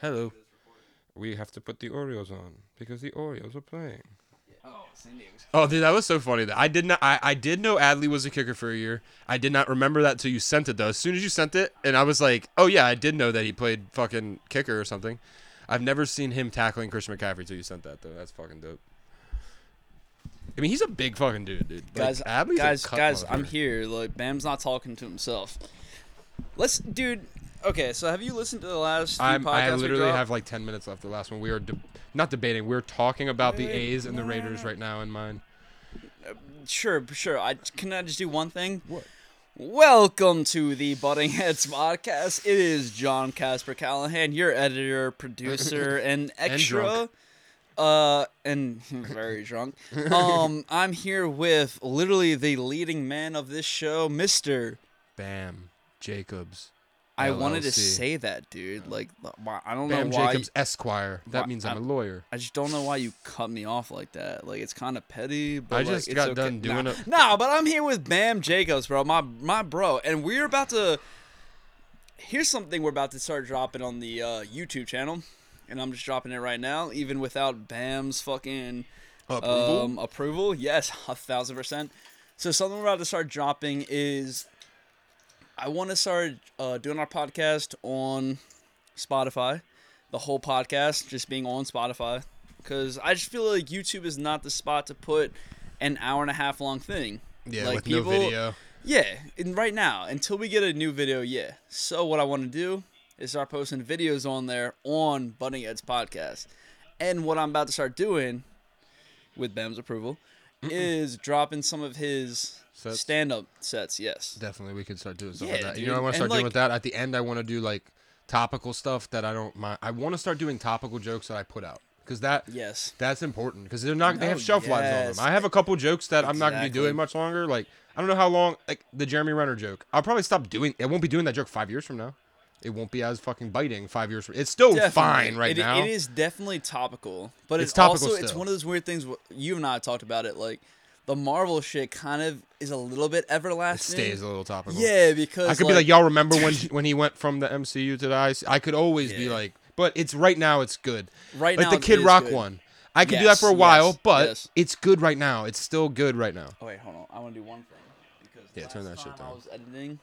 hello, we have to put the Oreos on because the Oreos are playing. Oh, San Diego. Oh, dude, that was so funny. That I did not. I, I did know Adley was a kicker for a year. I did not remember that till you sent it though. As soon as you sent it, and I was like, oh yeah, I did know that he played fucking kicker or something. I've never seen him tackling Christian McCaffrey till you sent that though. That's fucking dope. I mean, he's a big fucking dude, dude. Like, Guys, Adley's a guys, cut guys, I'm motherfucker. here. Look, Bam's not talking to himself. Let's, dude. Okay, so have you listened to the last? Few I'm, podcasts I we literally dropped? have like 10 minutes left. The last one we are de- not debating. We're talking about the A's and the Raiders right now in mine. Sure, sure. I can I just do one thing. What? Welcome to the Butting Heads podcast. It is John Casper Callahan, your editor, producer, and extra. drunk. uh, and very drunk. Um, I'm here with literally the leading man of this show, Mister. Bam Jacobs. I wanted to LLC. say that, dude. Like, why- I don't Bam know why. Jacobs Esquire. That Why- means I'm a I- lawyer. I just don't know why you cut me off like that. Like it's kind of petty. But I like, just it's got okay. done doing nah. a- Nah, but I'm here with Bam Jacobs, bro. My my bro, and we're about to. Here's something we're about to start dropping on the uh, YouTube channel, and I'm just dropping it right now, even without Bam's fucking Approval? Um, approval. Yes, a thousand percent. So something we're about to start dropping is, I want to start uh, doing our podcast on Spotify, the whole podcast just being on Spotify, because I just feel like YouTube is not the spot to put an hour and a half long thing. Yeah, like with no video. Yeah, and right now until we get a new video, yeah. So what I want to do is start posting videos on there on Bunny Ed's podcast, and what I'm about to start doing, with Bam's approval, is dropping some of his Sets. stand-up sets. Yes. Definitely, we could start doing stuff Yeah, like that. You know, what I want dude. to And, start like- doing with that. At the end, I want to do like topical stuff that I don't mind. I want to start doing topical jokes that I put out because that Yes. that's important because they're not they No, have shelf lives on yes. them. I have a couple jokes that I'm not gonna be Exactly. doing much longer. Like I don't know how long like the Jeremy Renner joke. I'll probably stop doing. I won't be doing that joke five years from now. It won't be as fucking biting five years from. It's still Oh, fine Definitely. right It- now. It is definitely topical, but it's, It's topical also it's still. one of those weird things. wh- You and I talked about it. Like the Marvel shit kind of is a little bit everlasting. stays a little topical. Yeah, because I could be like, y'all remember when when he went from the MCU to the IC? I could always be Yeah. like, but it's right now. It's good. Right like now the it Kid is Rock good. one. I could do that Yes, for a while, yes, but yes. it's good right now. It's still good right now. Oh wait, hold on. I want to do one thing because Yeah, last turn that time shit I down. was editing.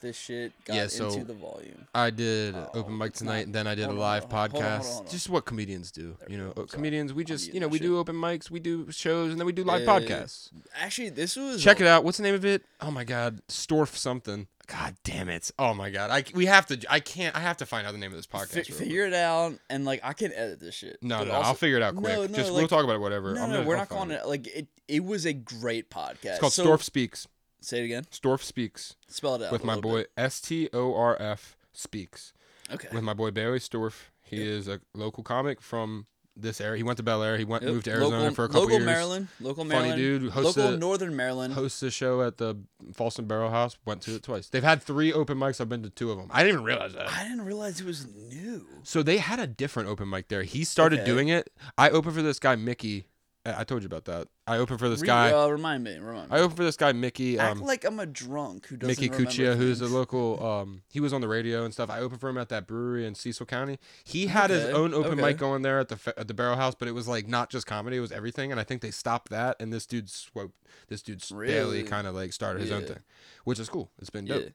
This shit got Yeah, so- into the volume. I did an open mic Oh, it's tonight, not- and then I did hold a on, live hold on, hold on, hold on, podcast. hold on. Just what comedians do, you know. go. Uh, Comedians, we just, muting you know, that we shit. do open mics, we do shows, and then we do live Yeah, yeah, yeah. podcasts. Actually, this was Check it out. What's the name of it? Oh my God, Storf something. God damn it. Oh my God, I we have to. I can't. I have to find out the name of this podcast. Fi- real quick. figure it out, and like I can edit this shit. No, but no, also- I'll figure it out No, quick. no, Just like- we'll talk about it. Whatever. No, I'm no, gonna- we're I'll not calling find it. like it. It was a great podcast. It's called so, Storf Speaks. Say it again. Storf Speaks Spell it out with a my little boy S T O R F Speaks bit. Okay. with my boy Bailey Storf. He is a local comic from this area. He went to Bel Air. He went Yep. moved to Arizona local, for a couple local years. Maryland, local Funny Maryland, dude, hosts local a- northern Maryland. Hosts a show at the Folsom Barrel House. Went to it twice. They've had three open mics. I've been to two of them. I didn't even realize that. I didn't realize it was new. So they had a different open mic there. He started Okay. doing it. I opened for this guy Mickey. I I told you about that. I opened for this Re- guy. uh, remind me, remind me. I opened for this guy Mickey. Act um, like I'm a drunk who doesn't Mickey remember Cuccia, who's a things. local, um, he was on the radio and stuff. I opened for him at that brewery in Cecil County. He had Okay, his own open okay. mic going there at the fe- at the Barrel House, but it was like not just comedy; it was everything. And I think they stopped that, and this dude swooped, this dude Really? Bailey kind of like started his own Yeah. thing, which is cool. It's been Yeah. dope.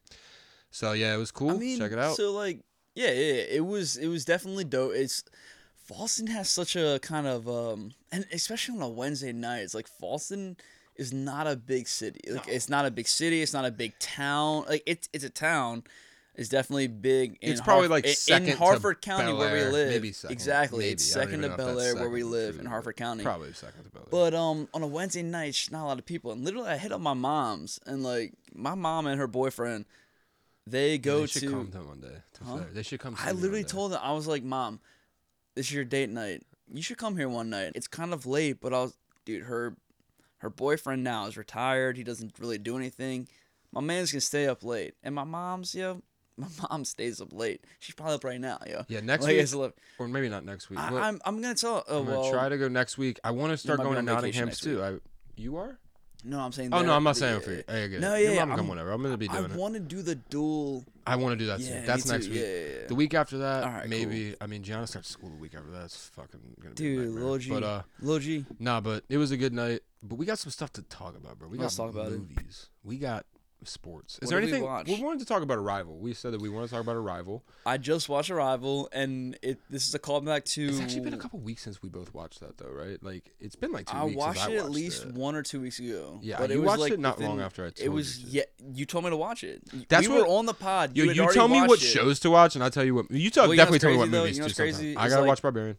So yeah, it was cool. I mean, Check it out. So like, yeah, yeah, yeah, it was it was definitely dope. It's Boston has such a kind of um, and especially on a Wednesday night, it's like Boston is not a big city. Like it's not a big city. It's not a big town. Like it's it's a town. It's definitely big. In It's probably, like, Harf- in- second to in Harford County Bel where we Air, live. maybe second, Exactly, it's maybe. I don't second to even know if Bel that's Air where second, we live truly, in but Harford County. probably second to Bel Air. But um, on a Wednesday night, she's not a lot of people, and literally, I hit up my mom's, and like my mom and her boyfriend, they go they should to. come to one day. to Flair. They should come. see I me one literally day. told them I was like, "Mom, this is your date night. You should come here one night. It's kind of late, but I was, dude, her, her boyfriend now is retired. He doesn't really do anything. My man's gonna stay up late, and my mom's yo, my mom stays up late. She's probably up right now, yo. Yeah, next Like, week- it's li- or maybe not next week. I, Well, am I'm gonna tell. Uh, I'm well, gonna try to go next week. I want to start might be going to on Nottingham vacation next too. I, you are? No, I'm saying. Oh no, they're- I'm not the- saying it for you. I get it. No, Your yeah, mom can come I'm- whenever. I'm gonna be I doing it. want to do the dual. I want to do that Yeah, soon. me That's too. next week. Yeah, yeah, yeah. The week after that, All right, cool. maybe. I mean, Gianna starts school the week after that. It's fucking gonna be a Dude, nightmare. Lil G. But uh, Lil G. nah, but it was a good night. But we got some stuff to talk about, bro. We got Let's talk about it. movies. We got sports. Is What there did we anything watch? wanted to talk about? A rival. We said that we wanted to talk about a rival. I just watched Arrival, and it this is a callback to. It's actually been a couple weeks since we both watched that, though, right? Like it's been like two I weeks. since watched I it at least it. one or two weeks ago. Yeah, but you it was watched like it not long within- after I told It was you to. yeah. You told me to watch it. Y- That's we what- were on the pod. Yo, had you already tell me what watched it. shows to watch, and I tell you what you tell, Well, you know definitely what's tell me what crazy, though? movies You know to what's sometime. crazy? I It's gotta like- watch Barbarian.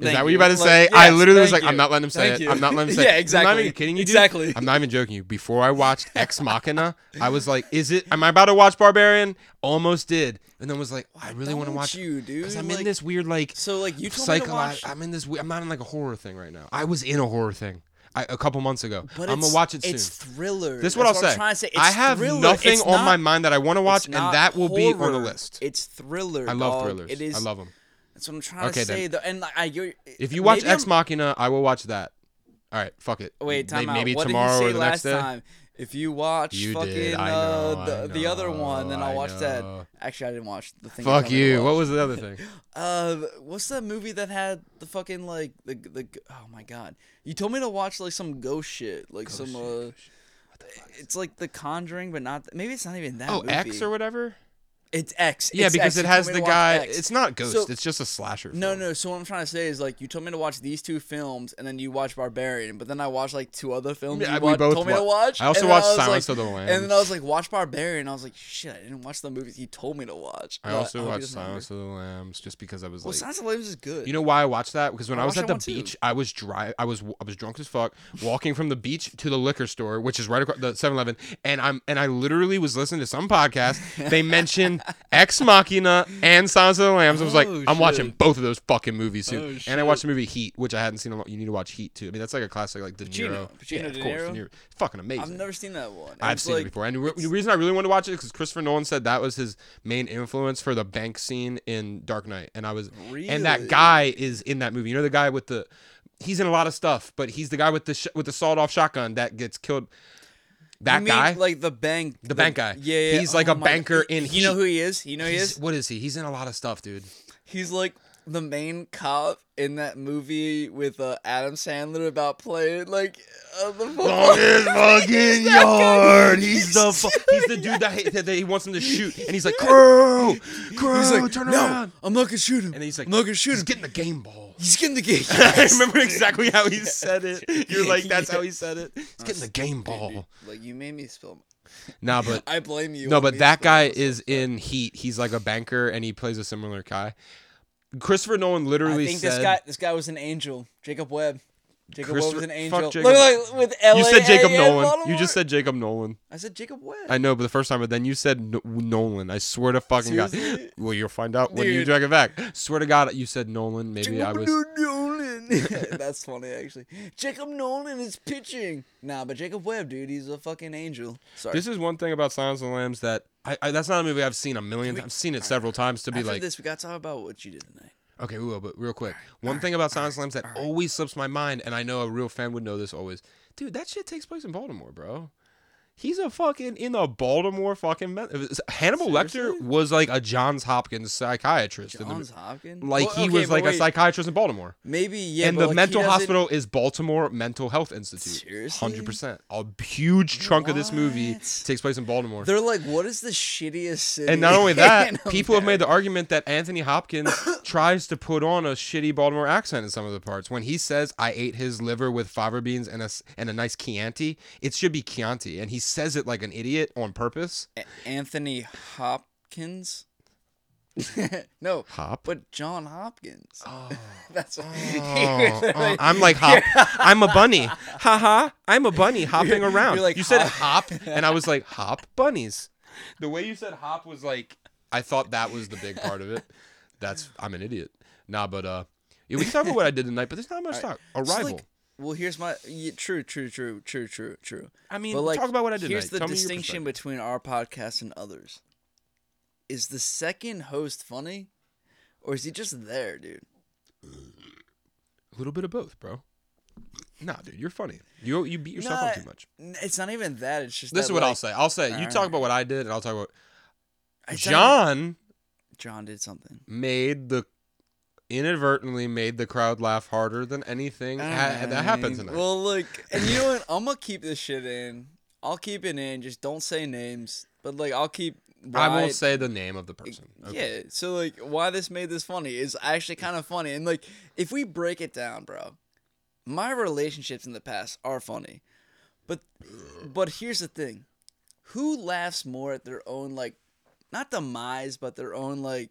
Is Thank that what you're about to Like, say? I yes, literally was thank like, I'm you. not letting him say Thank it. you. I'm not letting him say yeah, it. I'm not exactly. even kidding you. dude. Exactly. I'm not even joking you. Before I watched Ex Machina, I was like, is it, am I about to watch Barbarian? Almost did. And then was like, I really want to don't watch you, dude. Because I'm in Like, this weird, like, So like you told me to psychological. watch. I'm in this, we- I'm not in like a horror thing right now. I was in a horror thing I, a couple months ago. But I'm going it's- to watch it soon. It's thriller. this is what That's I'll I'm say. trying to say. It's I have thriller. nothing It's on my not- mind that I want to watch, it's and not that will be on the horror. list. It's thriller. I love dog. thrillers. It is. I love them. That's what I'm trying Okay, to say. then. Though, and like, I, you're, If you maybe watch I'm- Ex Machina, I will watch that. All right, fuck it. Wait, May- time out. Maybe what tomorrow did you or say the last next day. time? If you watch You fucking did. I uh, know, the, I the other one, then know, I'll I watch that. know. Actually, I didn't watch the thing. Fuck told me to you. What watch. was the other thing? Uh, what's that movie that had the fucking like the the? Oh my god! You told me to watch like some ghost shit, like some uh, it's like The Conjuring, but not. Maybe it's not even that. Oh, movie. X or whatever. It's X. Yeah, it's because X. it You has told me the to watch guy. X. It's not Ghost. So- it's just a slasher. No, film. no. So what I'm trying to say is like you told me to watch these two films, and then you watch Barbarian, but then I watched like two other films. Yeah, you we wa- both told me wa- to watch. I also and then watched was Silence like- of the And then I Lambs. was like, watch Barbarian. I was like, shit, I didn't watch the movies you told me to watch. I But also hope he watched doesn't remember. Silence of the Lambs just because I was Well, like, Silence of the Lambs is good. you know why I watched that? Because when I I was watched at that the one too. beach, I was dry. I was I was drunk as fuck, walking from the beach to the liquor store, which is right across the 7-Eleven, and I'm and I literally was listening to some podcast. They mentioned Ex Machina and Silence of the Lambs. I was like, Oh, I'm shit. watching both of those fucking movies Oh, soon. and I shit. watched the movie Heat, which I hadn't seen. a lot. You need to watch Heat too. I mean, that's like a classic, like De Pacino. Niro. Pacino, yeah, of De course, Niro. De Niro. Fucking amazing. I've never seen that one. And I've it's seen like, it before, and the re- the reason I really wanted to watch it is because Christopher Nolan said that was his main influence for the bank scene in Dark Knight, and I was, and Really? that guy is in that movie. You know the guy with the, he's in a lot of stuff, but he's the guy with the sh- with the sawed off shotgun that gets killed. You That mean, guy, like the bank, the, bank guy. Yeah, yeah. He's like oh a my- banker in You know Heat. who he is? You know who he He's- is? what is he? He's in a lot of stuff, dude. He's like the main cop in that movie with uh, Adam Sandler about playing like uh, the football. fucking yard. He's the fu- he's the dude that, he- that he wants him to shoot, and he's like, crew, crew, He's like, turn no, around, I'm not gonna shoot him. and then he's like, I'm not gonna shoot he's him. getting the game ball. He's getting the game. I remember exactly how he said it. You're like, that's how he said it. He's getting the game ball. like you made me spill. Nah, but I blame you. no, on but me that spilling guy myself. is in Heat. He's like a banker, and he plays a similar guy. Christopher Nolan literally I think said, this guy, this guy was an angel. Jacob Webb. Jacob Webb was Christopher- an fuck angel. Jacob. Look, like with LA. "You said Jacob and Nolan. You Baltimore. just said Jacob Nolan." I said Jacob Webb. I know, but the first time, but then you said no- Nolan. I swear to fucking Seriously? God. Well, you'll find out when you Dude. drag it back. Swear to God, you said Nolan. Maybe I was. Jacob Nolan. That's funny, actually. Jacob Nolan is pitching. Nah, but Jacob Webb, dude, he's a fucking angel. Sorry. This is one thing about Silence of the Lambs that I, I that's not a movie I've seen a million. times. I've seen it several times to be After like. this, we got to talk about what you did tonight. Okay, we will, but real quick. One thing about Silence Slams that always slips my mind, and I know a real fan would know this always. Dude, that shit takes place in Baltimore, bro. He's a fucking in a Baltimore fucking. Me- Hannibal Lecter Seriously? was like a Johns Hopkins psychiatrist. in the- Johns Hopkins. like Well, he okay, was but like a wait, psychiatrist in Baltimore. Maybe yeah. and but, the like, he mental doesn't- hospital is Baltimore Mental Health Institute. Seriously? 100%. A huge chunk of this movie What? takes place in Baltimore. They're like, what is the shittiest city? And not only in that, people have America? made the argument that Anthony Hopkins tries to put on a shitty Baltimore accent in some of the parts. When he says, "I ate his liver with fava beans and a s- and a nice Chianti," it should be Chianti, and he says it like an idiot on purpose. A- Anthony Hopkins. no, Hop. but John Hopkins. That's what Oh, oh, I'm like hop. I'm a bunny. Ha ha. I'm a bunny hopping around. you're like, you said hop, and I was like hop bunnies. The way you said hop was like I thought that was the big part of it. That's I'm an idiot. Nah, but uh, yeah, we can talk about what I did tonight, but there's not much talk. So, Arrival. like, well, here's my yeah, true, true, true, true, true, true. I mean, But like, talk about what I did Here's tonight. the Tell me your distinction perspective. between our podcast and others. Is the second host funny, or is he just there, dude? A little bit of both, bro. Nah, dude, you're funny. You you beat yourself up Nah, too much. n- It's not even that. It's just This is is what I'll say. I'll say you alright. talk about what I did, and I'll talk about John John John did something. made the inadvertently made the crowd laugh harder than anything ha- that happened tonight. Well, look, and you know what? I'm gonna keep this shit in. I'll keep it in. Just don't say names. But like, I'll keep. I why- won't say the name of the person. Okay. Yeah. So like, why this made this funny is actually kind of funny. And like, if we break it down, bro, my relationships in the past are funny, but but here's the thing: who laughs more at their own like, not demise, but their own like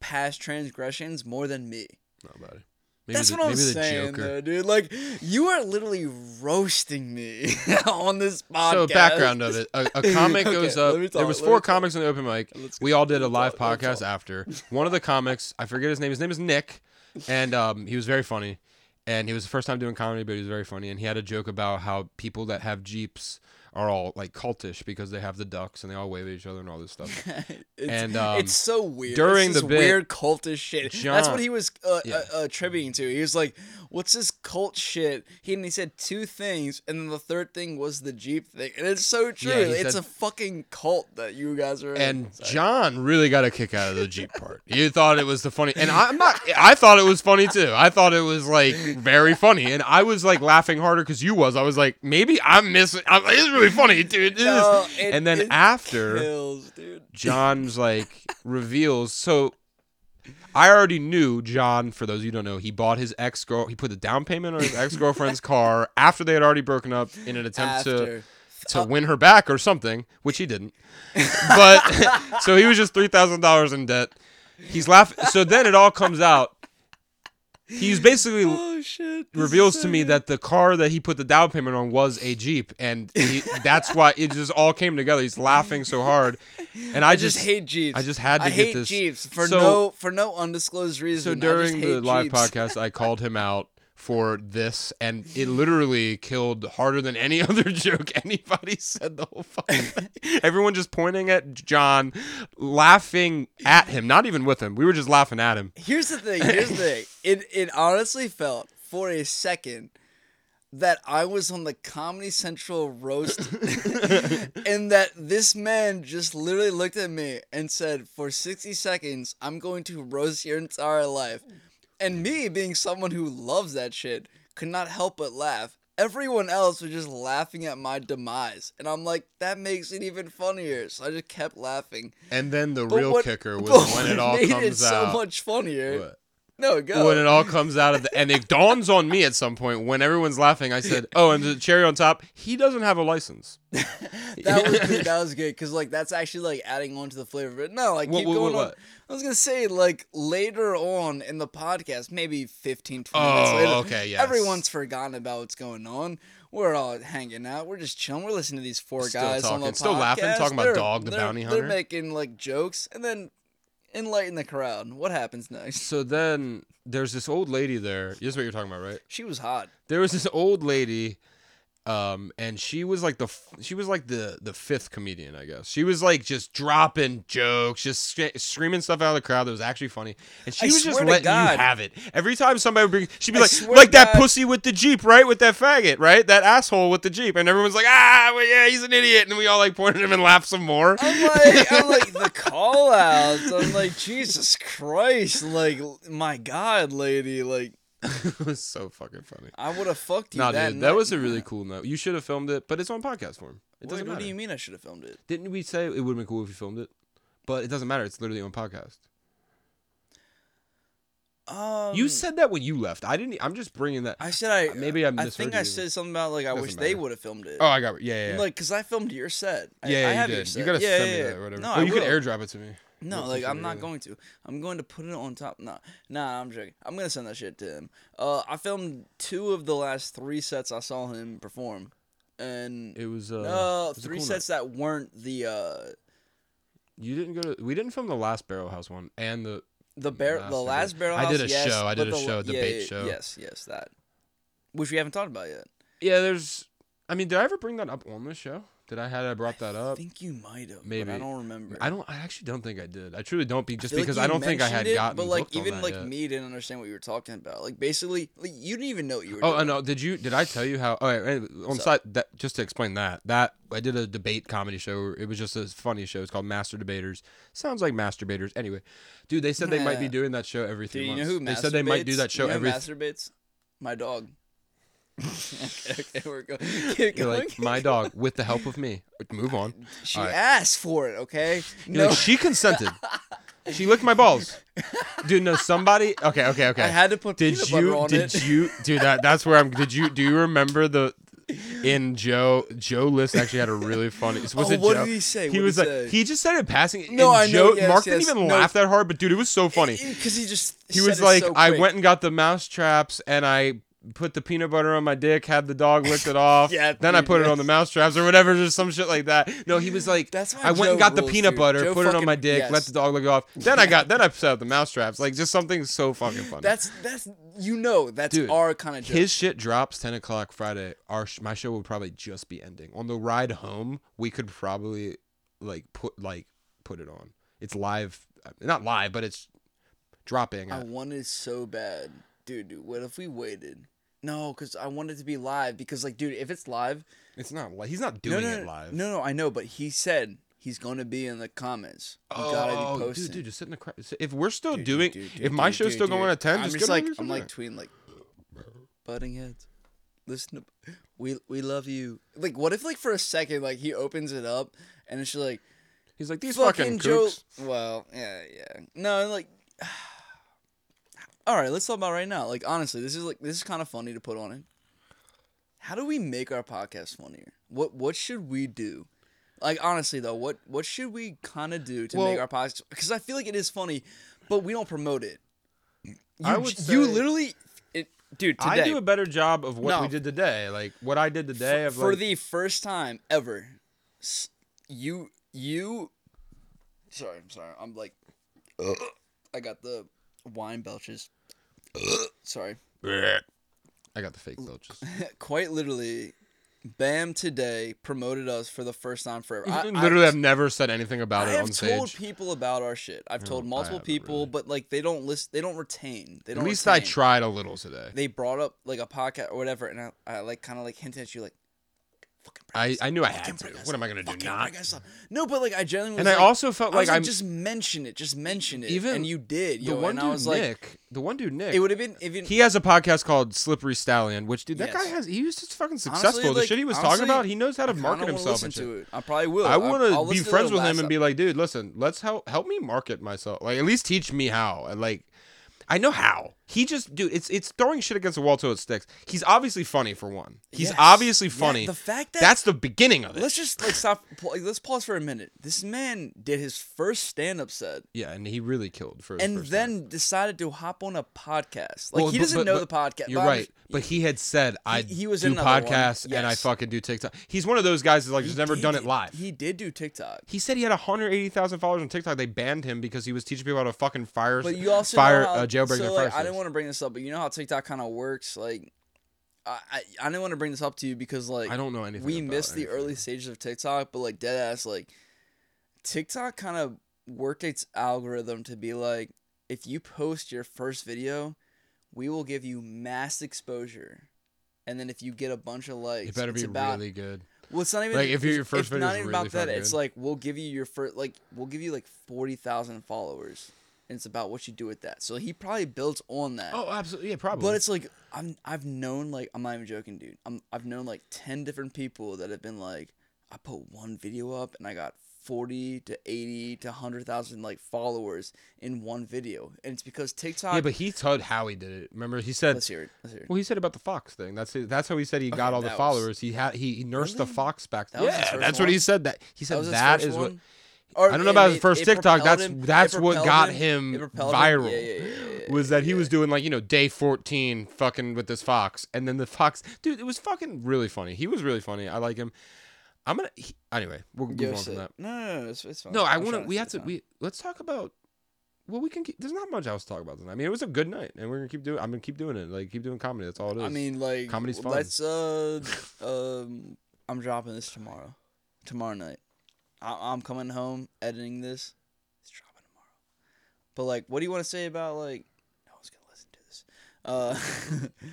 past transgressions more than me? Nobody. Maybe That's the, what I'm maybe the saying, Joker. though, dude. Like, you are literally roasting me on this podcast. So background of it: a, a comic Okay, goes let up. me there talk, was let four me talk. comics on the open mic. Let's- we all did a live talk, let's podcast after. One of the comics, I forget his name. His name is Nick, and um, he was very funny. And he was the first time doing comedy, but he was very funny. And he had a joke about how people that have jeeps are all like cultish because they have the ducks and they all wave at each other and all this stuff. it's, And, um, it's so weird. during It's this the bit, weird cultist shit. That's what John- he was uh, Yeah. uh, attributing to. He was like, "What's this cult shit?" He and he said two things, and then the third thing was the Jeep thing, and it's so true. Yeah, he it's said- a fucking cult that you guys are in. and Sorry. John really got a kick out of the Jeep part. You thought it was the funny, and I'm not. I thought it was funny too. I thought it was like very funny, and I was like laughing harder because you was. I was like, maybe I'm missing. I'm, it's really funny, dude. This is- No, it- and then it after kills, dude. John's like reveals, so I already knew John. For those of you who don't know, he bought his ex girl. He put the down payment on his ex girlfriend's car after they had already broken up in an attempt to After. to win her back or something, which he didn't. But so he was just three thousand dollars in debt. He's laughing. So then it all comes out. He's basically Oh shit! this is reveals so to me good. that the car that he put the down payment on was a Jeep, and he, that's why it just all came together. He's laughing so hard, and I, I just, hate Jeeps. I just had to I get hate this- Jeeps for So- no for no undisclosed reason. So I just during the hate live Jeeps. podcast, I called him out for this, and it literally killed harder than any other joke anybody said the whole fucking thing. Everyone just pointing at John, laughing at him, not even with him. We were just laughing at him. Here's the thing. Here's the thing. It it honestly felt for a second that I was on the Comedy Central roast, and that this man just literally looked at me and said, "For sixty seconds, I'm going to roast your entire life," and me being someone who loves that shit could not help but laugh. Everyone else was just laughing at my demise, and I'm like, that makes it even funnier. So I just kept laughing. And then the But real what- kicker but was when it what all made comes so out. much funnier. What? No, go. When it all comes out of the, and it dawns on me at some point when everyone's laughing. I said, "Oh, and the cherry on top, he doesn't have a license." that was good. That was good because like that's actually like adding on to the flavor. But no, like What- keep what- going what- on. what? I was gonna say like later on in the podcast, maybe 15, 20 minutes Oh, later. okay, yes. Everyone's forgotten about what's going on. We're all hanging out. We're just chilling. We're listening to these four Still guys on the talking- still podcast. laughing, talking about They're- Dog the they're- Bounty They're Hunter. making like jokes and then enlighten the crowd. What happens next? So then there's this old lady there. This is what you're talking about, right? She was hot. there was this old lady um and she was like the f- she was like the the fifth comedian i guess she was like just dropping jokes just sc- screaming stuff out of the crowd that was actually funny and she I was swear just to letting God. you have it every time somebody would bring she'd be I like swear like to that God. pussy with the jeep right with that faggot right that asshole with the jeep and everyone's like ah well, yeah he's an idiot and we all like pointed at him and laughed some more I'm like, I'm like the call outs. I'm like, Jesus Christ! Like, my God, lady! Like, it was so fucking funny I would have fucked you. nah, that dude, that night. was a really cool note. You should have filmed it, but it's on podcast form. It Wait, doesn't what matter. do you mean I should have filmed it? Didn't we say it would have been cool if you filmed it? But it doesn't matter. It's literally on podcast. Um, you said that when you left. I didn't. e, I'm just bringing that. I said I. Maybe I misheard think you. I said something about like I Doesn't wish they matter. would have filmed it. oh, I got. Yeah, yeah. yeah. Like, cause I filmed your set. I- yeah, I you have Your did. set. You gotta yeah, send yeah, me yeah. that or whatever. No, Oh, I you will. can airdrop it to me. No, That's like what I'm you not do. going to. I'm going to put it on top. No, nah, I'm joking. I'm gonna send that shit to him. Uh, I filmed two of the last three sets I saw him perform, and It was uh, uh, it was a three cool sets that weren't the uh night. You didn't go to. We didn't film the last Barrel House one and the. the bear Last the I did- last barrel. I did House, a yes, show, I but did a the la- show, a yeah, debate yeah, show. Yes, yes, that. Which we haven't talked about yet. Yeah, there's. I mean, did I ever bring that up on the show? Did I had I brought that I up? think you might have. Maybe Maybe. I don't remember. I don't. I actually don't think I did. I truly don't be just feel like because you I don't think I mentioned had it, gotten. But like hooked on even that like yet. me didn't understand what you were talking about. Like basically, like, you didn't even know what you were. Oh, doing. I know. Did you? Did I tell you how? Oh, right, on So- side that just to explain that that I did a debate comedy show. It was just a funny show. It's called Master Debaters. Sounds like masturbators. Anyway, dude, they said they might be Yeah. doing that show every Do three you know months. who they said they might do masturbates? that show you know who every. masturbates. My dog. okay, okay, we're going. Keep You're going. like my dog with the help of me. Move on. she alright. asked for it. Okay. You're No, like, she consented. she licked my balls. Dude, no, somebody. Okay, okay, okay. I had to put Did peanut you? butter on did it. you? Dude, that that's where I'm. Did you? Do you remember the? In Joe, Joe List actually had a really funny. Was Oh, it what Joe? did he say? What He did was he like, say? he just said it passing. No, and I know, Joe, yes, Mark didn't yes, even no. laugh that hard, but dude, it was so funny. Because he just. He said was it like, so I quick. went and got the mouse traps, and I put the peanut butter on my dick, had the dog lick it off. Yeah, Then I dude, put it on yes. the mouse traps or whatever, just some shit like that. No, he was like, That's why I went and Joe got the rules, peanut dude. butter, Joe put it on my fucking- dick, let yes. the dog lick it off. Then I got, then I set up the mouse traps, like just something so fucking funny. That's that's you know that's Dude, our kind of joke. his shit drops 10 o'clock friday our sh- my show will probably just be ending on the ride home we could probably like put like put it on it's live uh, not live but it's dropping Uh, I at- wanted so bad, dude. Dude, what if we waited? No, because I wanted it to be live. Because like, dude, if it's live, it's not li- he's not no, doing no, it no, live No, no, I know, but he said he's gonna be in the comments. You gotta be oh, posting. dude, dude, just sit in the crowd. If we're still Dude, doing, dude, dude, if my dude, show's dude, still going dude. at ten, I'm just, just, get on like your I'm shit. like tweeting like butting heads. Listen to we we love you. Like what if like for a second like he opens it up and it's just like he's like these fucking fucking, Joe. kooks. Well, yeah, yeah. No, like All right, let's talk about it right now. Like honestly, this is like this is kind of funny to put on it. How do we make our podcast funnier? What what should we do? Like honestly though, what what should we kind of do to make Well- our podcast? Because I feel like it is funny, but we don't promote it. You, I j- would you say- literally, it, dude. Today I do a better job of what No. we did today, like what I did today. of for like, the first time ever, s- you you. Sorry, I'm sorry. I'm like, I got the wine belches. sorry. I got the fake belches. quite literally, Bam today promoted us for the first time forever. I, Literally, I, I, have never said anything about I it have on stage. Mm, told people about our shit. I've told I multiple haven't people, really. but like they don't list, they don't retain. They At don't. least I retain. tried a little today. They brought up like a podcast or whatever, and I, I like kind of like hinted at you like. fucking bring I, us up, I knew I fucking had to. bring us What am up, I gonna do? fucking Not. bring us up. No, but like I genuinely And was I like, also felt I was like like, I'm just mention it, just mention it, Even and you did. the yo, one and I dude was like, Nick. The one dude Nick. it would have been even he has a podcast called Slippery Stallion, which dude that Yes. guy has. He was just fucking honestly, successful. the like, shit he was honestly, talking about, he knows how to I kinda market wanna himself Listen and shit. to it. I probably will. I want I'll to be listen friends the with him last and be like, dude, listen, let's help help me market myself. Like, at least teach me how. And like, I know how. He just, dude, it's it's throwing shit against the wall till it sticks. He's obviously funny for one. He's Yes. obviously Yeah, funny. the fact that- that's the beginning of it. Let's just like stop. pa- like, Let's pause for a minute. This man did his first stand-up set yeah, and he really killed for. his and first time. then decided to hop on a podcast. Like Well, he but- doesn't but- know but the podcast. You're but I'm right, just- but he had said I he was do another one. podcasts and I Yes. fucking do TikTok. He's one of those guys that's like he he's never did done it. it live. He did do TikTok. He said he had 180,000 followers on TikTok. They banned him because he was teaching people how to fucking fire, But you also fire know how, uh, jailbreak their So fire like, I didn't service. want to bring this up, but you know how TikTok kind of works. Like, I, I I didn't want to bring this up to you because like I don't know anything. we about missed the anything. early stages of TikTok, but like dead ass, like TikTok kind of worked its algorithm to be like, if you post your first video, we will give you mass exposure, and then if you get a bunch of likes, It better it's be about, really good. Well, it's not even like, if your it's- first it's video's not even really about that. fucking It's good. like we'll give you your first, like we'll give you like forty thousand followers, and it's about what you do with that. So he probably built on that. Oh, absolutely. Yeah, probably. But it's like I'm I've known like I'm not even joking, dude. I'm I've known like ten different people that have been like, I put one video up and I got forty to eighty to hundred thousand like followers in one video, and it's because TikTok. yeah, but he told how he did it. Remember, he said. let's hear it. Let's hear it. Well, he said about the fox thing. That's his, that's how he said he got all the that was- followers. he had he, he nursed the fox back. That was his yeah, first that's one? what he said. That he That said was his that first is what one? Or I don't it- know about his it- first it TikTok. propelled That's him- it that's what propelled got him- him, it propelled him- viral. Yeah, yeah, yeah, yeah, yeah. was that he was doing like you know day 14 fucking with this fox and then the fox dude it was fucking really funny he was really funny i like him i'm gonna he, anyway we'll move Yo, on from so- that No, no, no, it's, it's fine. no i I'm want to trying we see have it's to fine. we let's talk about well we can keep there's not much else to talk about tonight i mean it was a good night and we're gonna keep doing i'm gonna keep doing it like keep doing comedy that's all it is I mean, like Comedy's fun. Let's uh, um, I'm dropping this tomorrow. tomorrow night. I- I'm coming home editing this. It's dropping tomorrow. But like, what do you want to say about like? No one's gonna listen to this. Uh,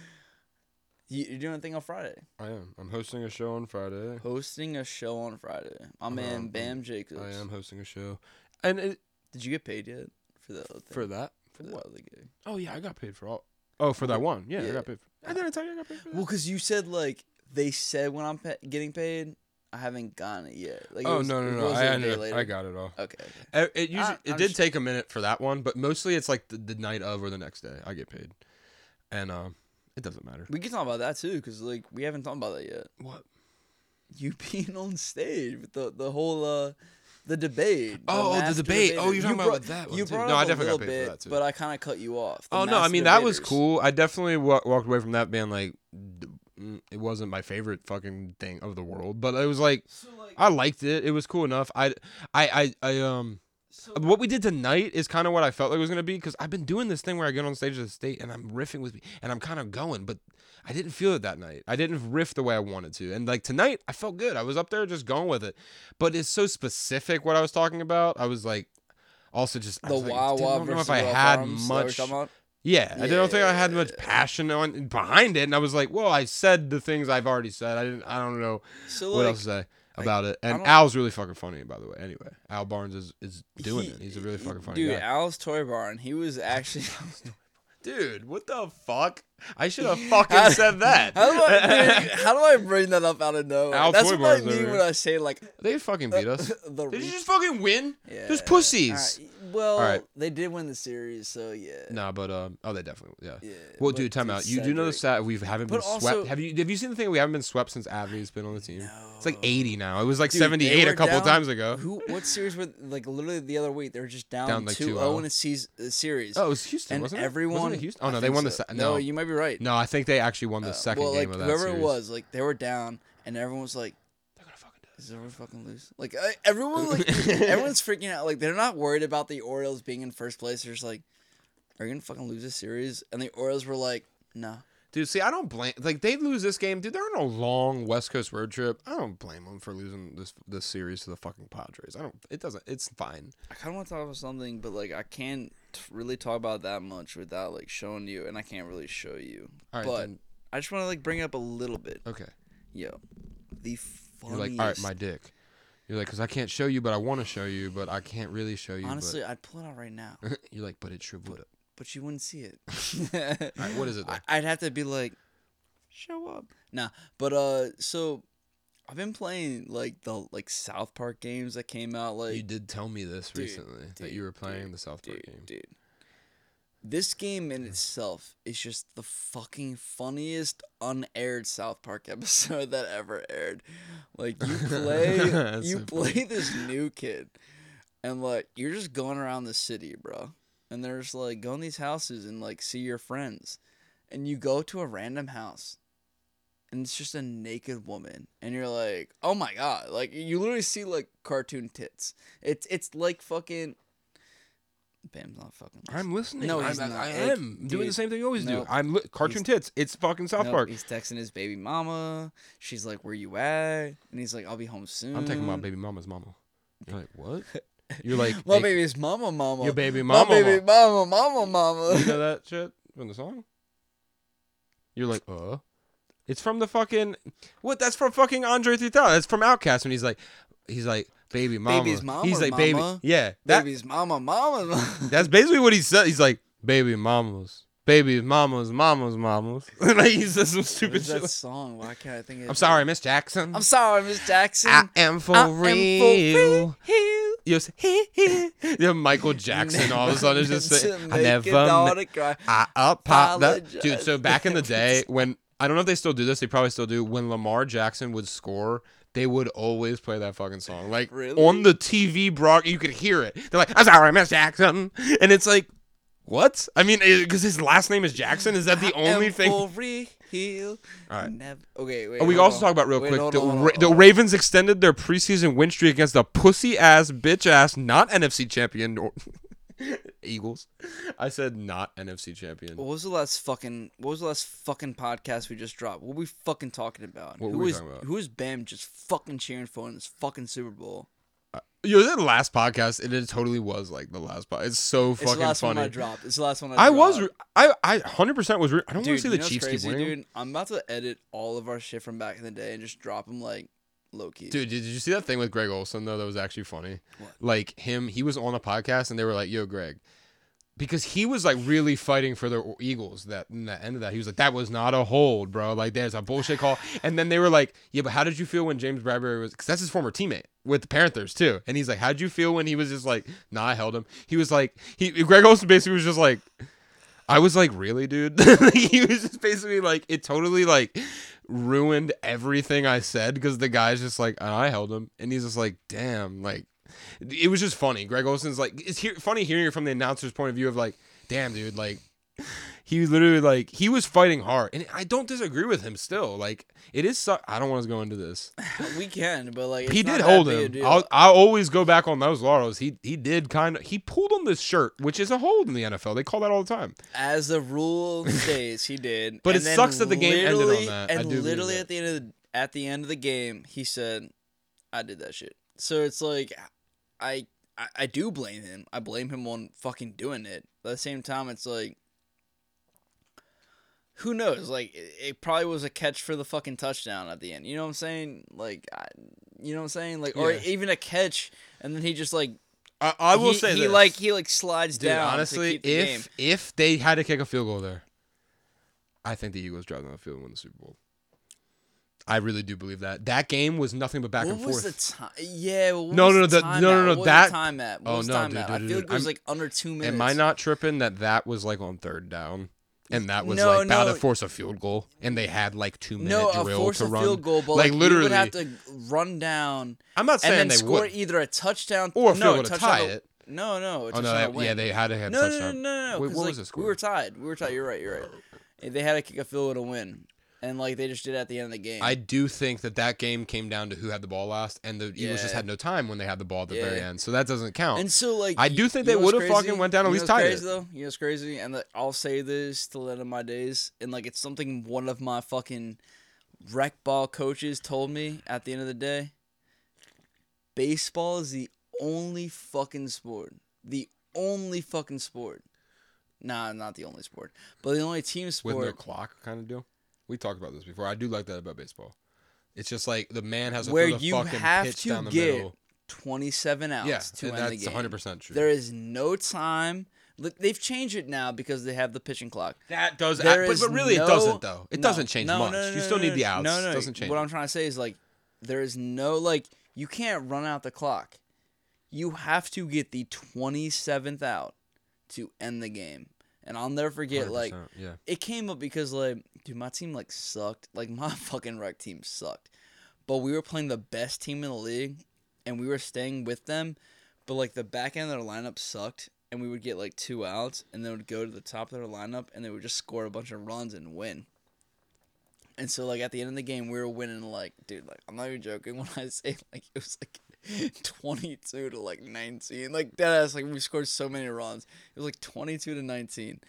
you- you're doing a thing on Friday. I am. I'm hosting a show on Friday. Hosting a show on Friday. My man Um, Bam Jacobs. I am hosting a show, and it, Did you get paid yet for the other thing? for that, for the other gig? oh yeah, I got paid for all. Oh, for that one, yeah, Yeah. I got paid. For, I didn't I tell you I got paid for that. Well, because you said like they said when I'm pa- getting paid, I haven't gotten it yet. Like, it oh was- no it no no! was, I, like, a ended day up- later. I got it all. Okay. okay. It, Uh, it usually I- it I'm did sh- take a minute for that one, but mostly it's like the, the night of or the next day I get paid, and um, it doesn't matter. We can talk about that too, because like we haven't talked about that yet. What? You being on stage with the the whole uh the debate. Oh, the master debate. Oh, debater. you're talking about brought- that one You too. brought No, up I a definitely got little paid for that bit, too. but I kind of cut you off. the Oh no! I master mean that was debaters. cool. I definitely wa- walked away from that being like, d- mm, it wasn't my favorite fucking thing of the world, but it was like So like, I liked it. It was cool enough. I I I, I um. so What we did tonight is kind of what I felt like it was gonna be because I've been doing this thing where I get on stage at the state and I'm riffing with me and I'm kind of going, but I didn't feel it that night. I didn't riff the way I wanted to, and like tonight I felt good. I was up there just going with it, but it's so specific what I was talking about. I was like, also just I the was like, Wild didn't Wild know versus if I Rough had Arms that we're much. talking about? Yeah, I don't think I had Yeah. much passion on behind it, and I was like, well, I said the things I've already said. I didn't. I don't know So what like, else to say about it. And don't- Al's really fucking funny, by the way. Anyway, Al Barnes is is doing he- it. He's a really he- fucking funny dude. guy. Al's Toy Barn. He was actually. Dude, what the fuck? I should have fucking How- said that. How do I dude, how do I bring that up out of nowhere? Al That's Toy what I Bar's over mean here. when I say like they fucking beat us. the. Did re- you just fucking win? yeah. There's pussies. Alright, Well, Alright. they did win the series, so yeah. Nah, but um, oh, they definitely yeah. Yeah, well, but dude, time dude, out. You do know the Cedric- stat we haven't been But also- swept. Have you have you seen the thing we haven't been swept since Adley's been on the team? It's like 80 now. It was like Dude, they 78 a were couple down- times ago. Who? What series were like literally the other week? They were just down, Down, like, 2-0 2-0. in a seas- a series. Oh, it was Houston, and wasn't it? everyone. Wasn't it Houston? Oh I no, they think won the so. se- no. you might be right. No, I think they actually won the Uh, second well, game like, of that whoever series. it was, like they were down, and everyone was like, They're gonna fucking do it. "Is everyone fucking lose?" Like I, everyone, like everyone's freaking out. Like they're not worried about the Orioles being in first place. They're just like, "Are you gonna fucking lose this series?" And the Orioles were like, "No." Dude, see, I don't blame. Like, they lose this game, dude. They're on a long West Coast road trip. I don't blame them for losing this this series to the fucking Padres. I don't. It doesn't. It's fine. I kind of want to talk about something, but like I can't really talk about that much without like showing you, and I can't really show you. All right, but then. I just want to like bring it up a little bit. Okay. Yo, the You're funniest. like, all right, my dick. You're like, because I can't show you, but I want to show you, but I can't really show you. Honestly, I'd pull it out right now, but. you're like, but it sure would. All but you wouldn't see it. right, what is it? Though? I- I'd have to be like, show up. Nah, but uh, so I've been playing like the like South Park games that came out like you did tell me this Dude, recently that you dude, were playing dude, the South Park dude, game. dude. This game in itself is just the fucking funniest unaired South Park episode that ever aired. Like you play That's you so play funny. this new kid and like you're just going around the city, bro. And there's like go in these houses and like see your friends. And you go to a random house and it's just a naked woman and you're like, "Oh my god." Like you literally see like cartoon tits. It's it's like fucking Bam's not fucking. listening. I'm listening. No, I'm, he's I, not. I Like, am doing the dude, same thing you always no. do. I'm li- cartoon tits. It's fucking South Nope, Park. He's texting his baby mama. She's like, "Where you at?" And he's like, "I'll be home soon." I'm taking my baby mama's mama. You're like, what? You're like, My "Hey, baby's mama, mama. your baby my mama. baby mama, mama, mama. You know that shit from the song? You're like, uh? It's from the fucking what? That's from fucking Andre 3000. That's from Outcast when he's like, he's like, baby mama. Baby's mama, He's like, mama. baby, yeah. That baby's mama, mama. mama. that's basically what he said. He's like, baby mamas, baby mamas, mamas, mamas. like he says some What stupid is shit. that song? Why can't I think of it? I'm sorry, Ah, Miss Jackson. I'm sorry, Miss Jackson. I am for I am real. for Yo, s- hee, hee. Yo, Michael Jackson all of a sudden is just Never saying, meant I to never. make a me- daughter cry. I apologize. Apologize. Dude, so back in the day when I don't know if they still do this, they probably still do. When Lamar Jackson would score, they would always play that fucking song. Like Really? on the TV broad, you could hear it. They're like, "I'm sorry, Miss Jackson," and it's like, what? I mean, because his last name is Jackson. Is that the only Am thing? For real. All right. Never. Okay, wait. Oh, we hold also on. talk about real Wait, quick. hold The, on, hold Ra- on, the hold on. Ravens extended their preseason win streak against the pussy ass, bitch ass, not NFC champion. Nor- Eagles. I said not NFC champion. What was the last fucking What was the last fucking podcast we just dropped? What were we fucking talking about? What who were we was- talking about? Who is Bam just fucking cheering for in this fucking Super Bowl? Yo, is it the last podcast? It, it totally was like the last podcast. It's so It's fucking the last funny. one I dropped. It's the last one I. I was, dropped. re- I, I, hundred percent was. Re- I don't Dude, want to see you the know what's Chiefs crazy, keep winning. dude. I'm about to edit all of our shit from back in the day and just drop them like low key. Dude, did you see that thing with Greg Olson though? That was actually funny. What? Like him, he was on a podcast and they were like, "Yo, Greg," because he was like really fighting for the Eagles. That in the end of that, he was like, "That was not a hold, bro. Like there's a bullshit call." And then they were like, "Yeah, but how did you feel when James Bradbury was? Because that's his former teammate with the Panthers too." And he's like, "How'd you feel when he was just like, nah, I held him." He was like, he Greg Olson basically was just like. I was like, really, dude? Like, he was just basically like, it totally like ruined everything I said because the guy's just like, "And I held him, and he's just like, damn, like, it was just funny. Greg Olson's like, it's hear funny hearing it from the announcer's point of view of like, damn, dude, like, he was literally like, he was fighting hard, and I don't disagree with him still. Like, it is, su- I don't want to go into this. we can, but like it's He not did that hold big a him. deal. I'll, I'll always go back on those laurels. He he did kind of he pulled on this shirt, which is a hold in the NFL. They call that all the time. As the rule states, he did. But And it then sucks that the game ended on literally- that. I And do believe literally that. at the end of the at the end of the game, he said, "I did that shit." So it's like, I I, I do blame him. I blame him on fucking doing it. But at the same time, it's like. Who knows? Like, it, it probably was a catch for the fucking touchdown at the end. You know what I'm saying? Like, I, you know what I'm saying? Like, or Yeah. even a catch, and then he just like I, I will he, say he this. like he like slides Dude, down. to honestly, keep the if game. if they had to kick a field goal there, I think the Eagles drive down the field and win the Super Bowl. I really do believe that. That game was nothing but back what and was forth. the time? Yeah, but what No, was no, no, the the- time no, no, at? no, What was that- the time at? What Oh, was the no, time dude, at? dude, I feel dude, like it was I'm- like under two minutes. Am I not tripping that that was like on third down? And that was No, like about no. to force a field goal, and they had like two minute No, a drill force to a run. field goal, but like, like, we literally, would have to run down I'm not and saying then they score would. either a touchdown Or a no, field goal to touchdown tie it. No, no, oh a no, touchdown that- win. yeah, they had to have no, no, no, no, touchdown. no, no. Wait, 'cause, what like, was the score? We were tied. We were tied. You're right. You're right. They had to kick a field goal to win, and like they just did it at the end of the game. I do think that that game came down to who had the ball last, and the Eagles just Yeah. had no time when they had the ball at the very Yeah. end, so that doesn't count. And so, like, I y- do think they you know what's would've fucking crazy? went down, at You know least what's tied crazy, it. Though you know, it's crazy, and like, I'll say this till the end of my days, and like, it's something one of my fucking rec ball coaches told me at the end of the day. Baseball is the only fucking sport, the only fucking sport. Nah, not the only sport, but the only team with no sport clock kind of deal. We talked about this before. I do like that about baseball. It's just like the man has to where throw the you fucking have pitch to down the get middle. twenty-seven outs Yeah, to and end the that's game. 100% true. There is no time. Look, They've changed it now because they have the pitching clock. that does, There act- but, is but really no- it doesn't though. It no, doesn't change no, much. no, no, you still no, need no, the outs. No, no, it doesn't change. What I'm trying to say is like, there is no like, you can't run out the clock. You have to get the 27th out to end the game. And I'll never forget like 100%, yeah. it came up because like dude my team like sucked like my fucking rec team sucked but we were playing the best team in the league and we were staying with them but like the back end of their lineup sucked and we would get like two outs and they would go to the top of their lineup and they would just score a bunch of runs and win and so like at the end of the game we were winning like dude like i'm not even joking when i say like it was like 22 to like 19 like that ass like we scored so many runs it was like 22 to 19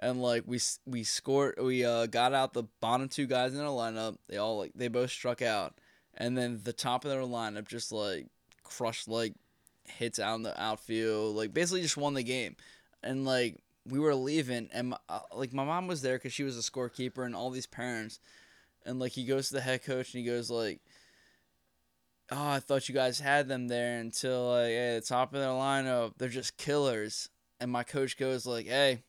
and like we s- we scored we uh got out the bottom two guys in our lineup they all like they both struck out and then the top of their lineup just like crushed like hits out in the outfield like basically just won the game and like we were leaving and my, uh, like my mom was there because she was a scorekeeper and all these parents and like he goes to the head coach and he goes like oh i thought you guys had them there until like hey, the top of their lineup they're just killers and my coach goes like hey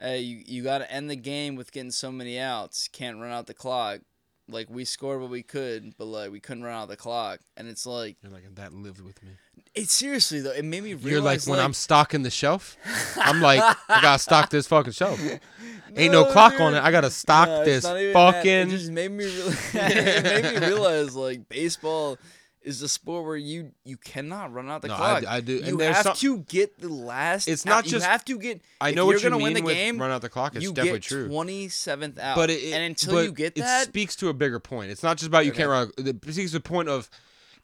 hey, you, you got to end the game with getting so many outs. Can't run out the clock. Like we scored what we could, but like we couldn't run out the clock. And it's like You're like that lived with me. it seriously though. It made me realize. You're like when I'm stocking the shelf, I'm like I gotta stock this fucking shelf. Ain't no, No, clock on dude. it. I gotta stock No, it's this not even that. fucking. It just made me realize. it made me realize like baseball is a sport where you you cannot run out the No, I clock. d- I do- and You there's have some- to get the last. It's out. not you just- have to get. I if know you're what you gonna mean win the with game. run out the clock. It's you definitely get true. twenty seventh out. But it, it- and until but you get it that, speaks to a bigger point. It's not just about you can't run. It speaks to the point of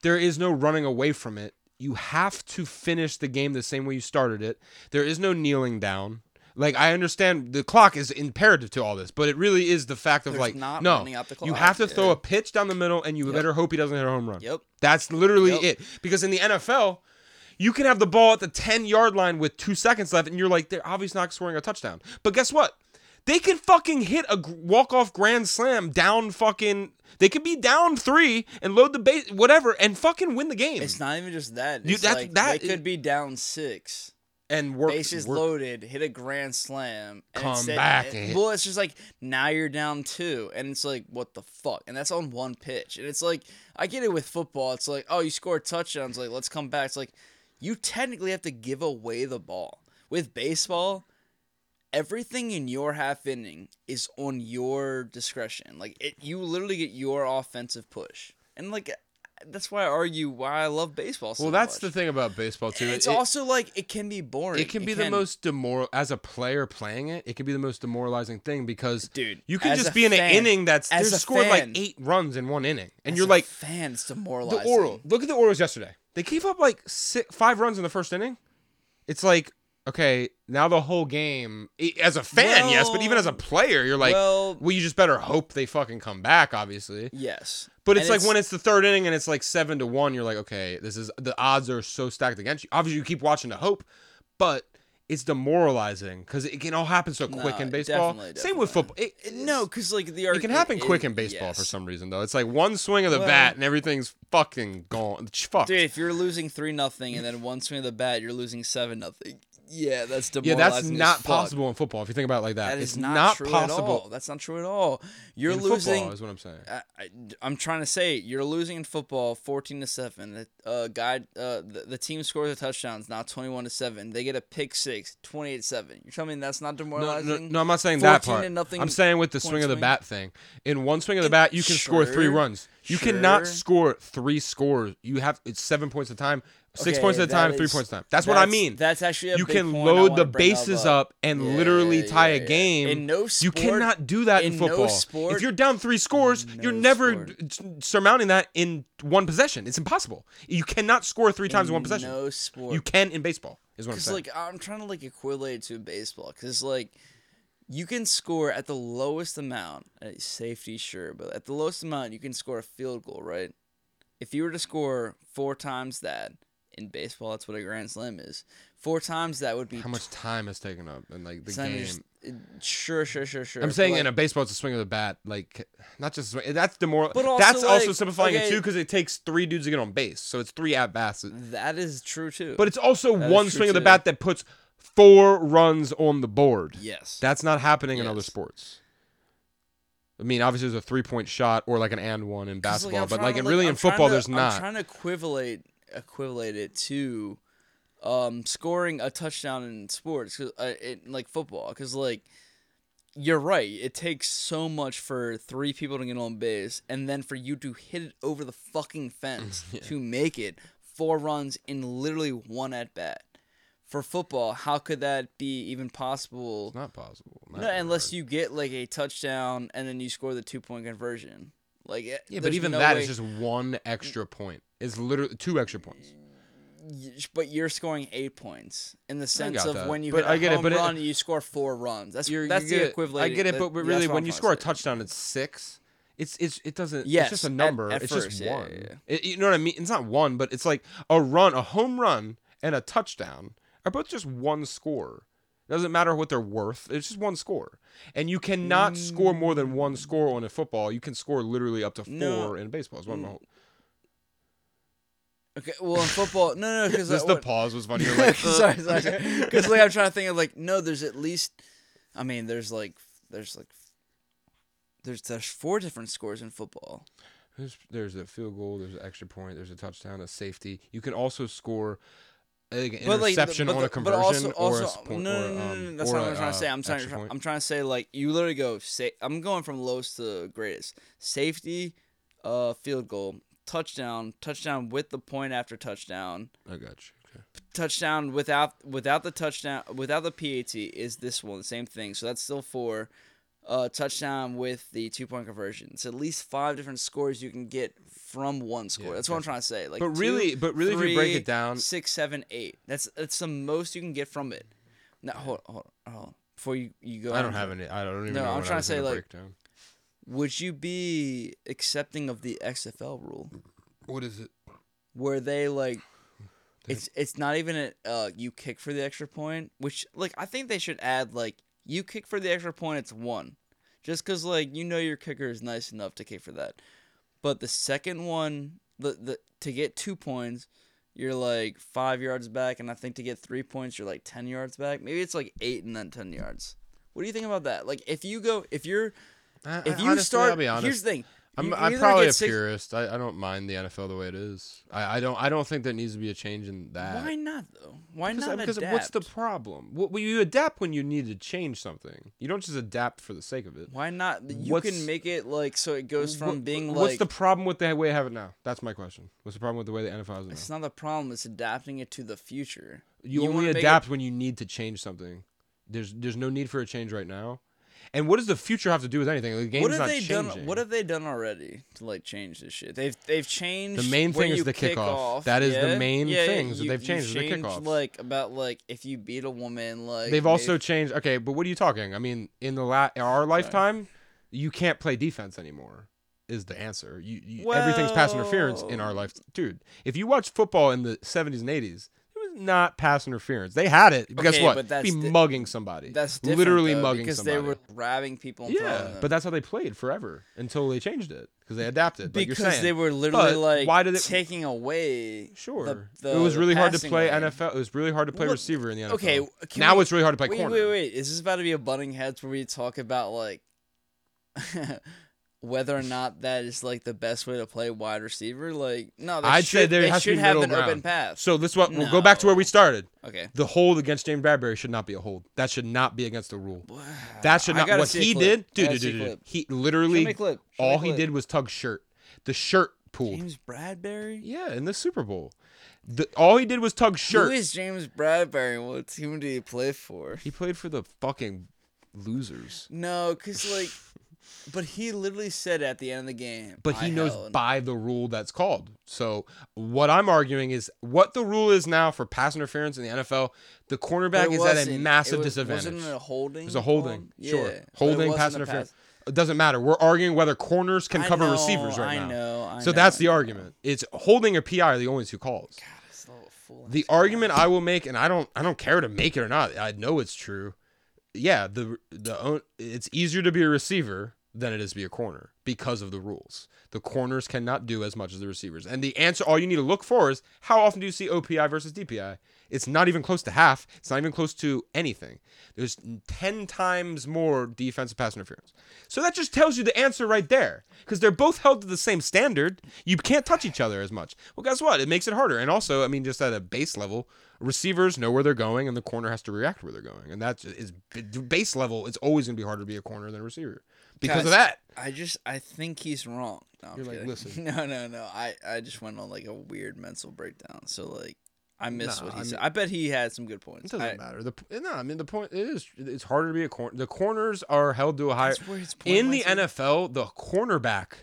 there is no running away from it. you have to finish the game the same way you started it. There is no kneeling down. Like I understand the clock is imperative to all this, but it really is the fact of There's like not no, running out the you clock, have to throw yeah. a pitch down the middle, and you better hope he doesn't hit a home run. Yep. That's literally Yep. it. Because in the NFL, you can have the ball at the 10 yard line with two seconds left, and you're like, they're obviously not scoring a touchdown. But guess what? They can fucking hit a walk off grand slam down fucking. They could be down three and load the base, whatever, and fucking win the game. It's not even just that. It's You- that's- like that they is- could be down six, and work. bases work- loaded, hit a grand slam, and Come instead- back it- and hit- well, it's just like now you're down two, and it's like what the fuck, and that's on one pitch, and it's like I get it with football. It's like oh, you score a touchdown, it's like let's come back. It's like you technically have to give away the ball with baseball. Everything in your half inning is on your discretion. Like it, you literally get your offensive push, and like that's why I argue why I love baseball. So Well, that's much. the thing about baseball, too. It's It- also like it can be boring. it can be the most demoral as a player playing it. It can be the most demoralizing thing because Dude, you can as just a be in fan- an inning that's as they a scored fan- like eight runs in one inning, and As you're a like, fan, it's the demoralizing. Orioles. Look at the Orioles yesterday. They gave up like six, five runs in the first inning. It's like okay, now the whole game. i- As a fan, yes, but even Well- as a player, you're like, well- well, you just better hope they fucking come back, obviously. Yes, But it's And like when it's the third inning and it's like seven to one, you're like, okay, this is the odds are so stacked against you. Obviously, you keep watching to hope, but it's demoralizing because it can all happen so quick No, in baseball. definitely, Same with football. It, it- no, because like the it can happen quick in baseball for some reason though. It's like one swing of the Well- bat and everything's fucking gone. Fuck. Dude, if you're losing three nothing and then one swing of the bat, you're losing seven nothing. Yeah, that's yeah, demoralizing. that's as not fuck. possible in football if you think about it like that. That is it's not, not, true possible. at all. That's not true at all. You're in losing. football is what I'm saying. I, I, I'm trying to say you're losing in football, fourteen to seven. The uh, guy, uh, the, the team scores a touchdown. It's now twenty-one to seven. They get a pick six, 28 to seven. You're telling me that's not No, demoralizing? no, no, I'm not saying that 14 part. to nothing I'm saying with the point swing of the swing. bat thing. In one swing of the bat, you can score three sure, runs. You cannot sure. score three scores. You have it's seven points at a time, six Okay, points at a that time, three is- points at a time. That's, what I mean. That's actually a you big can point I load the wanna bring uh, bases up, and Yeah, literally yeah, tie yeah, a yeah. game. In no you sport- cannot do that in, in no football. sport- if you're down three scores, you're no never sport. d- surmounting that in one possession. It's impossible. You cannot score three times in one possession. No sport. you can in baseball. Is what I'm Because saying. like I'm trying to like equate it to baseball. Because like you can score at the lowest amount, uh, safety sure, but at the lowest amount you can score a field goal, right? If you were to score four times that in baseball, that's what a grand slam is. Four times that would be How much time has taken up and like the it's not game? even just- it- sure, sure, sure, sure. I'm but, saying like, in a baseball, it's a swing of the bat, like not just a swing. That's demoral. But also, that's also like, simplifying okay- it too, because it takes three dudes to get on base, so it's three at bats. that is true too. But it's also That is one true, swing of the too. bat that puts four runs on the board. yes, That's not happening in other Yes. sports. I mean, obviously, there's a three point shot or like an and one in 'Cause, basketball, I'm but trying like to, in really I'm in trying football, to- there's I'm not. trying to equivalent equivalent it to um, scoring a touchdown in sports, 'cause, uh, it, like football, because like you're right, it takes so much for three people to get on base, and then for you to hit it over the fucking fence to make it four runs in literally one at bat. For football, how could that be even possible? It's not possible. No, unless you get like a touchdown and then you score the two point conversion. Like yeah, Yeah, but even no that way- is just one extra point. It's literally two extra points. y- but you're scoring eight points in the sense got of that. when you But hit a I get it, home but it- run, you score four runs. That's You're- you that's get the it. equivalent. I get it, that- but that's really, what I'm when you trying to score a say. touchdown, it's six. It's it's it doesn't. Yes, it's just a at- number. at it's first, just yeah, one. yeah, yeah. It- you know what I mean? It's not one, but it's like a run, a home run, and a touchdown are both just one score. It doesn't matter what they're worth. It's just one score, and you cannot score more than one score on a football. You can score literally up to four No. in baseball. Is what I'm Mm, Okay, well in football, no, no, because Just the pause was funny. You're like, sorry, sorry, because like I'm trying to think of like no, there's at least, I mean, there's like there's like there's there's four different scores in football. There's, there's a field goal. There's an extra point. There's a touchdown. A safety. You can also score like, an But, like, the- interception but on the- a but conversion also- or also- a point. No, or, no, no, um, no, no, that's or not what a, I'm trying to say. uh, I'm trying. extra point. I'm trying to say like you literally go. Sa- I'm going from lowest to greatest. Safety, uh, field goal, touchdown, touchdown with the point after touchdown, I got you. Okay. touchdown without without the touchdown without the PAT is this one same thing. So that's still four. Uh, touchdown with the two point conversion. It's at least five different scores you can get from one score. Yeah, that's what I'm trying to say. Like, But really- but really if you break it down- six, seven, eight. That's that's the most you can get from it. Now hold hold, hold on. Before you you go, I don't on, have any. I don't even No, know. I'm what I trying to was say, gonna like- break down. Would you be accepting of the XFL rule, What is it? where they like? It's it's not even a uh, you kick for the extra point, which like I think they should add like you kick for the extra point, it's one, just because like you know your kicker is nice enough to kick for that, but the second one the the to get two points, you're like five yards back, and I think to get three points you're like ten yards back. Maybe it's like eight and then ten yards. What do you think about that? Like if you go if you're I- if I- you honestly, start I'll be honest. here's the thing. I'm, You- I'm you're gonna probably get a six- purist. I, I don't mind the NFL the way it is. I, I don't I don't think there needs to be a change in that. Why not though? Why Because not? because adapt? what's the problem? What well, you adapt when you need to change something. You don't just adapt for the sake of it. Why not? You What's- can make it like so it goes Wh- from being what's like the problem with the way they have it now? That's my question. What's the problem with the way the NFL is it's now? not a problem. It's adapting it to the future. You, wanna only make it- adapt when you need to change something. There's there's no need for a change right now. And what does the future have to do with anything? The game's What have not they changing. done? What have they done already to like change this shit? They've they've changed. The main where thing is you the kick kickoff. off, That is the yeah? main Yeah, things that you- they've you changed is the changed, kickoff. Like about like if you beat a woman, like They've maybe- also changed. Okay, but what are you talking? I mean, in the la- in our lifetime, you can't play defense anymore. Is the answer? You, you everything's pass interference in our Well- life, dude. If you watch football in the '70s and '80s, it was not pass interference. They had it. But guess Okay, what? but that's Be di- mugging somebody. that's different, literally though, mugging because somebody. they were grabbing people. And throwing yeah, them. but that's how they played forever until they changed it because they adapted. Like because you're saying. they were literally But like why did it- taking away. Sure. the- it was the really hard to passing play lane. NFL. It was really hard to play What- receiver in the NFL. Okay, can now we- it's really hard to play wait, corner. Wait, wait, Is this about to be a butting heads where we talk about like whether or not that is like the best way to play wide receiver? Like, no, they I'd should, say there they has to should be have middle an open ground. path. So this is what we'll go back to where we started. okay, The hold against James Bradbury should not be a hold. That should not be against the rule. That should I not gotta what see a he clip. did. I Dude, gotta dude, see a dude, dude. clip. He Show literally me a clip. Show me a all he clip. did was tug shirt. The shirt pulled. James Bradberry. Yeah, in the Super Bowl. The, all he did was tug Who shirt. is James Bradberry? What team did he play for? he played for the fucking losers. No, cause like, but he literally said at the end of the game. But he "I knows held." by the rule that's called. So what I'm arguing is what the rule is now for pass interference in the NFL, the But cornerback it is at a wasn't- massive it was- disadvantage. Wasn't it a holding? It's a holding. call? Yeah, sure. but it Holding, wasn't pass a interference. It doesn't matter. We're arguing whether corners can I cover know, receivers right now. I know. I so know, that's I the know. argument. It's holding or PI are the only two calls. God, it's a little full The ass. argument I will make, and I don't, I don't care to make it or not. I know it's true. Yeah, the the own, it's easier to be a receiver than it is to be a corner because of the rules. The corners cannot do as much as the receivers. And the answer, all you need to look for is how often do you see OPI versus DPI? It's not even close to half. It's not even close to anything. There's ten times more defensive pass interference. So that just tells you the answer right there, because they're both held to the same standard. You can't touch each other as much. Well, guess what? It makes it harder. And also, I mean, just at a base level, receivers know where they're going, and the corner has to react where they're going. And that's is base level. It's always going to be harder to be a corner than a receiver because of Guys, that. I just, I think he's wrong. No, I'm You're like, kidding. "Listen." No, no, no. I, I just went on like a weird mental breakdown. So like, I missed Nah, what he I said. mean- I bet he had some good It points. doesn't I- matter. The p- no, I mean the point it is it's harder to be a corner. The corners are held to a higher. That's where his point In the was, dude. NFL, the cornerback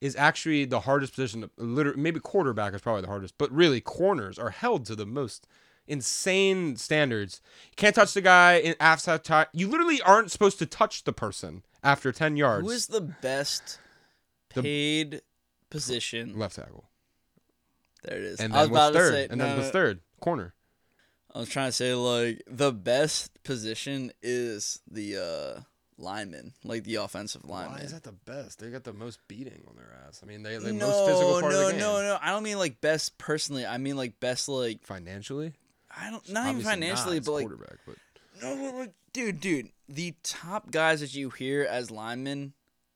is actually the hardest position. To, liter- maybe quarterback is probably the hardest, but really corners are held to the most insane standards. You can't touch the guy in after time. You literally aren't supposed to touch the person after ten yards. Who is the best The- paid position? left tackle? There it is. And I was then about what's to third? say. and no, then no, what's no. third? Corner. I was trying to say like the best position is the uh lineman, like the offensive lineman. that the best? They got the most beating on their ass. I mean, they no, no, no, no. I don't mean like best personally. I mean like best like Financially, I don't not even Obviously financially, it's but like quarterback, but no, no, like, dude, dude, the top guys that you hear as linemen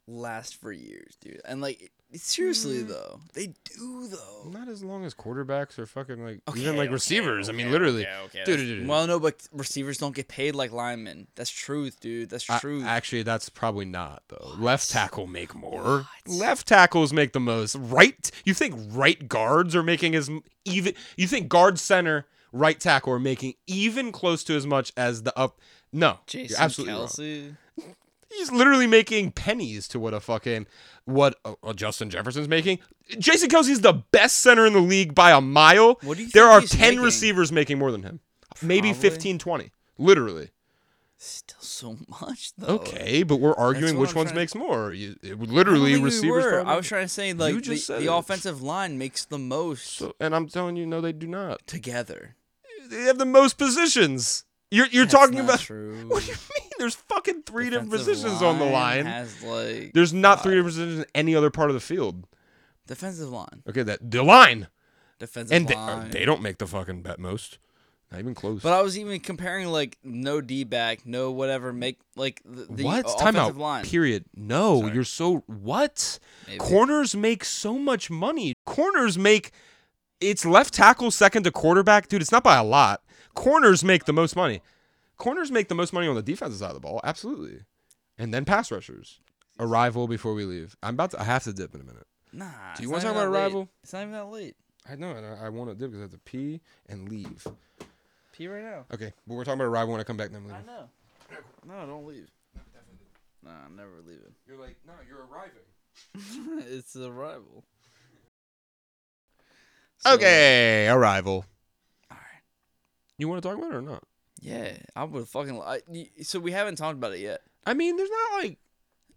last for years, dude. And like seriously Mm. though, they do though. Not as long as quarterbacks or fucking like Okay, even like okay, receivers. I mean, okay, literally, okay, okay, dude, that's- dude, dude. Well, no, but receivers don't get paid like linemen. That's truth, dude. That's I- truth. actually, that's probably not though. Left tackle make more. Left tackles make the most. Right, you think right guards are making as m- even? You think guard center, right tackle are making even close to as much as the up? No, Jason you're absolutely wrong. Kelsey. He's literally making pennies to what a fucking what uh, uh, Justin Jefferson's making. Jason Kelsey's the best center in the league by a mile. What do you there think are he's 10 making? receivers making more than him. Maybe Probably. 15 20. Literally. Still so much though. Okay, but we're arguing Oh, what which I'm ones trying to- makes more. You, it would I don't literally think we receivers. were. probably- I was trying to say like the, just said the it. offensive line makes the most So- and I'm telling you no they do not. together. They have the most positions. You're you're That's talking not about true. What do you mean? There's fucking three different Defensive positions on the line. Has like There's not five. three different positions in any other part of the field. defensive line, Okay, that the line. defensive And they, uh, line. they don't make the fucking bet most. Not even close. but I was even comparing like no D back, no whatever. Make like the, uh, the what? offensive Timeout. line. Period. No, you're so what? Maybe. Corners make so much money. Corners make it's left tackle second to quarterback, dude. It's not by a lot. Corners make the most money. Corners make the most money on the defensive side of the ball, absolutely. And then pass rushers. Arrival before we leave. I'm about to. I have to dip in a minute. Nah. Do you it's wanna not talk about even that Arrival? late. It's not even that late. I know, and I, I want to dip because I have to pee and leave. Pee right now. Okay, but we're talking about arrival when I come back. Then I'm I leaving. know. No, don't leave. Nah, I'm never leaving. You're like, no, you're arriving. it's the rival. Okay, arrival. All right. You want to talk about it or not? Yeah, I would fucking. I, y- so we haven't talked about it yet. I mean, there's not like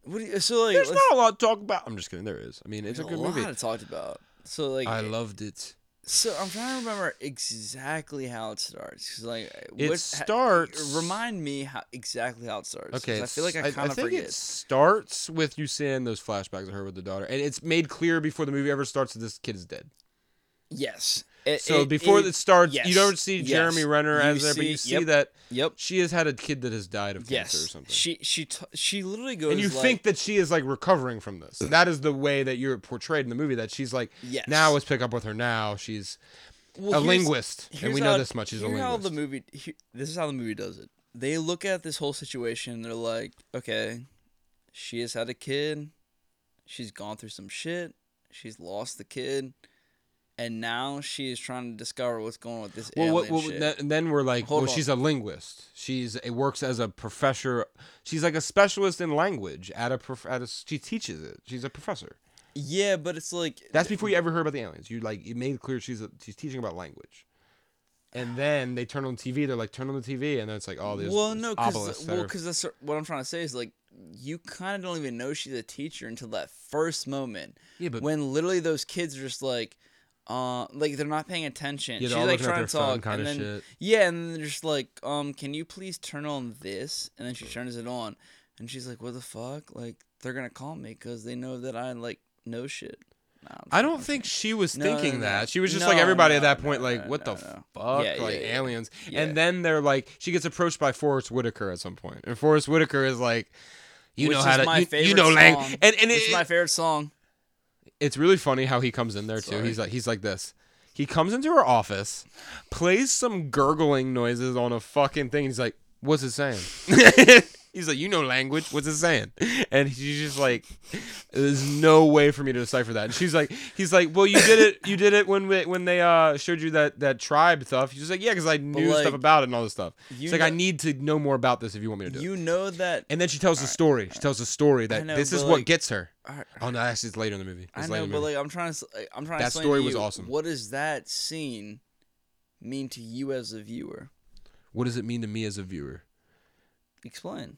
What do you, so like? there's let's- not a lot to talk about. I'm just kidding. There is. I mean, it's a there's good movie. lot to talk about. So like, I loved it. so I'm trying to remember exactly how it starts. 'cause, like, eh, It what- ha- starts. remind me how exactly how it starts. 'cause Okay, I feel like I it's- kind of think forget. it starts with you seeing those flashbacks of her with the daughter, and it's made clear before the movie ever starts that this kid is dead. Yes. It- So it- before it- it, starts, yes, you don't see yes. Jeremy Renner You as there, but see- you see yep, that Yep. she has had a kid that has died of Yes. cancer or something, She she t- she literally goes. and you like, think that she is like recovering from this. that is the way that you're portrayed in the movie. That she's like, Yes. now let's pick up with her. Now she's Well, a here's- linguist, and here's we know how- this much. She's a here's linguist. How the movie, he- this is how the movie does it. They look at this whole situation. they're like, okay, she has had a kid. She's gone through some shit. She's lost the kid, and now she is trying to discover what's going on with this Well, alien what, what, shit. th- and then we're like, Hold well, on. she's a linguist. She's it works as a professor. She's like a specialist in language at a prof- at a. She teaches it. She's a professor. yeah, but it's like That's before you ever heard about the aliens. You like it made clear she's a, she's teaching about language. And then they turn on TV. They're like, turn on the TV, and then it's like, oh, there's well, this no, obelisk because that well, are- 'cause that's what I'm trying to say is like you kind of don't even know she's a teacher until that first moment. yeah, but when literally those kids are just like, uh, like they're not paying attention. yeah, She's they're all like looking at trying their to phone talk, kind and of then shit. yeah, and then they're just like, um, can you please turn on this? And then she turns it on, and she's like, what the fuck? Like they're gonna call me because they know that I like know shit. Nah, I'm just I kidding, don't I'm think just she was No, thinking no, no. that. She was just No, like everybody at no, that no, point, like, no, what no, the no. fuck, Yeah, yeah, like yeah. aliens. Yeah. And then they're like, she gets approached by Forrest Whitaker at some point, and Forrest Whitaker is like, you Which know how is to, my you, you favorite know, lang. song. And and kidding. It's it, my favorite song. it's really funny how he comes in there too. Sorry. He's like he's like this. He comes into her office, plays some gurgling noises on a fucking thing. He's like, "What's it saying?" he's like, "You know language. What's it saying?" And she's just like, "There's no way for me to decipher that." And she's like, "He's like, well, you did it. You did it when we, when they uh showed you that that tribe stuff." She's like, "Yeah, because I knew like, stuff about it and all this stuff." you She's like, know- "I need to know more about this if you want me to do." it. You know that. And then she tells the story. She tells the story that know, this is but, what like- gets her. Alright, Oh no, actually, it's later in the movie. It's I later in know, the but movie. like I'm trying to, s- I'm trying That to. explain to story was you, awesome. What does that scene mean to you as a viewer? what does it mean to me as a viewer? Explain.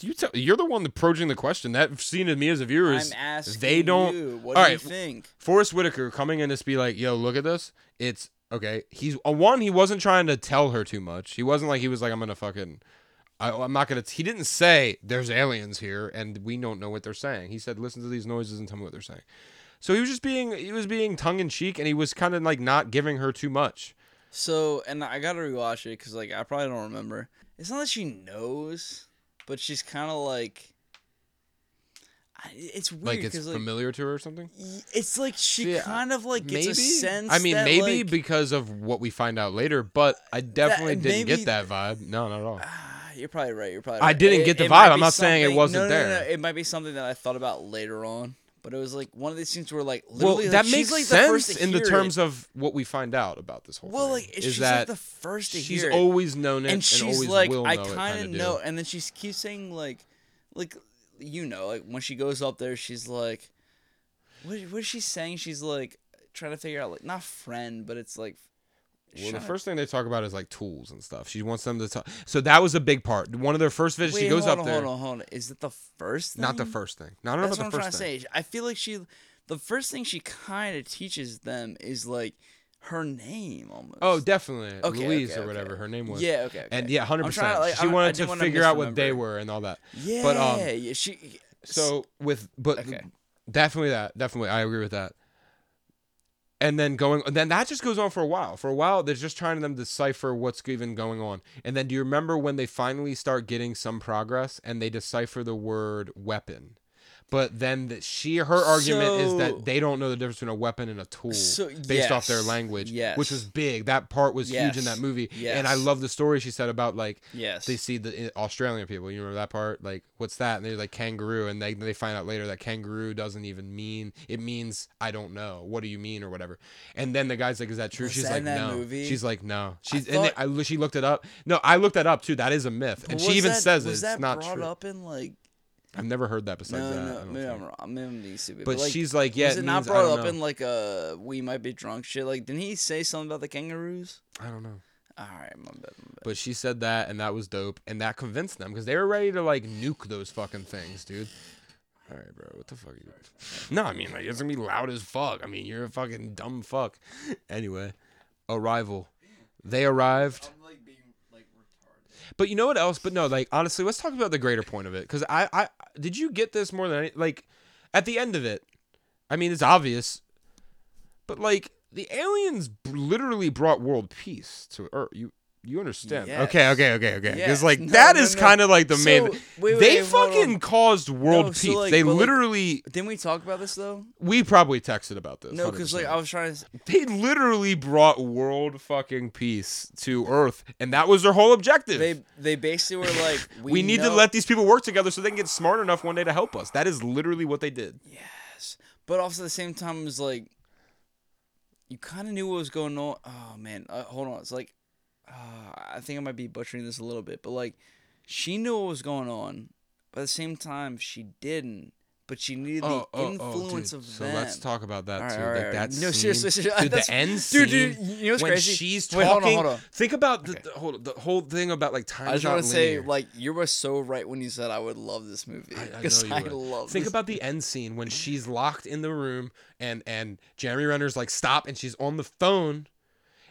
You tell, you're the one approaching the question. That scene to me as a viewer I'm is asking they don't. you. What all do right. you think? Forrest Whitaker coming in to be like, "Yo, look at this. It's okay." He's uh, one. He wasn't trying to tell her too much. He wasn't like he was like, "I'm gonna fucking." I, I'm not gonna. He didn't say there's aliens here and we don't know what they're saying. He said, "Listen to these noises and tell me what they're saying." So he was just being he was being tongue in cheek and he was kind of like not giving her too much. So, and I gotta rewatch it because like I probably don't remember. It's not that she knows, but she's kind of like, I, it's weird Like it's because like, familiar to her or something. y- it's like she Yeah, kind of like gets a sense. I mean, that, maybe like, because of what we find out later, but I definitely didn't maybe- get that vibe. No, not at all. Ah, you're probably right. You're probably. I Right. didn't It- get the it might vibe, I'm be not saying it something- wasn't no, no, no, there. No, it might be something that I thought about later on, but it was like one of these scenes where like Well, literally like, that she's, makes like, the sense first to in the hear it. terms of what we find out about this whole Well, thing. like is she's that like the first to she's hear. it. always known it and she's always like, will I know it, kind of do. know, and then she keeps saying like, like you know, like when she goes up there, she's like, what, what is she saying? She's like trying to figure out, like, not friend, but it's like, Well, shut the up. first thing they talk about is like tools and stuff. She wants them to talk. So that was a big part. One of their first visits, she Wait, goes up hold on, there. Hold on, hold on. Is it the first thing? Not the first thing. No, I don't know That's what about I'm the trying first thing. to say. I feel like she, the first thing she kind of teaches them is like her name almost. Oh, definitely. Okay, Louise okay, or okay. whatever her name was. yeah, okay, okay. And yeah, hundred I'm percent. trying to, like, she I- I wanted to didn't wanna figure out what they misremember. were and all that. yeah, but, um, yeah, she. So with but Okay. definitely that definitely I agree with that. And then going then that just goes on for a while. For a while they're just trying to them decipher what's even going on. And then do you remember when they finally start getting some progress and they decipher the word weapon? But then that she her argument is So- that they don't know the difference between a weapon and a tool So- based off their yes, language, yes. which was big. That part was huge in Yes, that movie. And I yes. love the story she said about like Yes. they see the uh, Australian people. You remember that part? Like, what's that? And they're like kangaroo, and they they find out later that kangaroo doesn't even mean it means I don't know. What do you mean or whatever? And then the guy's like, "Is that true?" Was She's that like, in that "No." movie? She's like, "No." She's thought- and then I, lo- she looked it up. No, I looked that up too. That is a myth, and she Was even that- says was it's that not brought true. up in like I've never heard that besides no, that. I no, don't maybe think. I'm wrong. I'm maybe being stupid. But like, she's like, "Yeah." was it, not means- I brought don't up know. in like a we might be drunk shit? Like, didn't he say something about the kangaroos? I don't know. All right, my bad, my bad. But she said that, and that was dope, and that convinced them because they were ready to like nuke those fucking things, dude. All right, bro. What the fuck? Are you... No, I mean like it's gonna be loud as fuck. I mean you're a fucking dumb fuck. Anyway, arrival. They arrived, I'm like being like retarded. but you know what else? But no, like honestly, let's talk about the greater point of it because I, I did you get this more than any, like at the end of it. I mean it's obvious, but like the aliens b- literally brought world peace to Earth. You you understand? Okay, Yes. okay, okay, okay. Yes. Because like that No, is no, no. kind of like the main. So, wait, they wait, hold on. fucking caused world No, peace. so, like, they but, like- literally. Didn't we talk about this though? we probably texted about this. No, because like 100%. I was trying to. s- They literally brought world fucking peace to Earth, and that was their whole objective. They they basically were like, we, we, need know- to let these people work together so they can get smart enough one day to help us. That is literally what they did. Yes, but also at the same time, it was like, you kind of knew what was going on. Oh man, uh, hold on. It's like, uh, I think I might be butchering this a little bit, but like, she knew what was going on, but at the same time, she didn't. But she needed the influence Oh, dude. of so them. let's talk about that All right, too. all right, like all that right. No, scene- seriously, seriously, dude, that's- the end scene. dude, dude, you know what's when crazy? she's talking. Wait, hold on, hold on. Think about the, the- hold on, the whole thing about like time. I just want want to say, like, you were so right when you said I would love this movie I because know I, you would. love. Think this. about the end scene when she's locked in the room and and Jeremy Renner's like stop and she's on the phone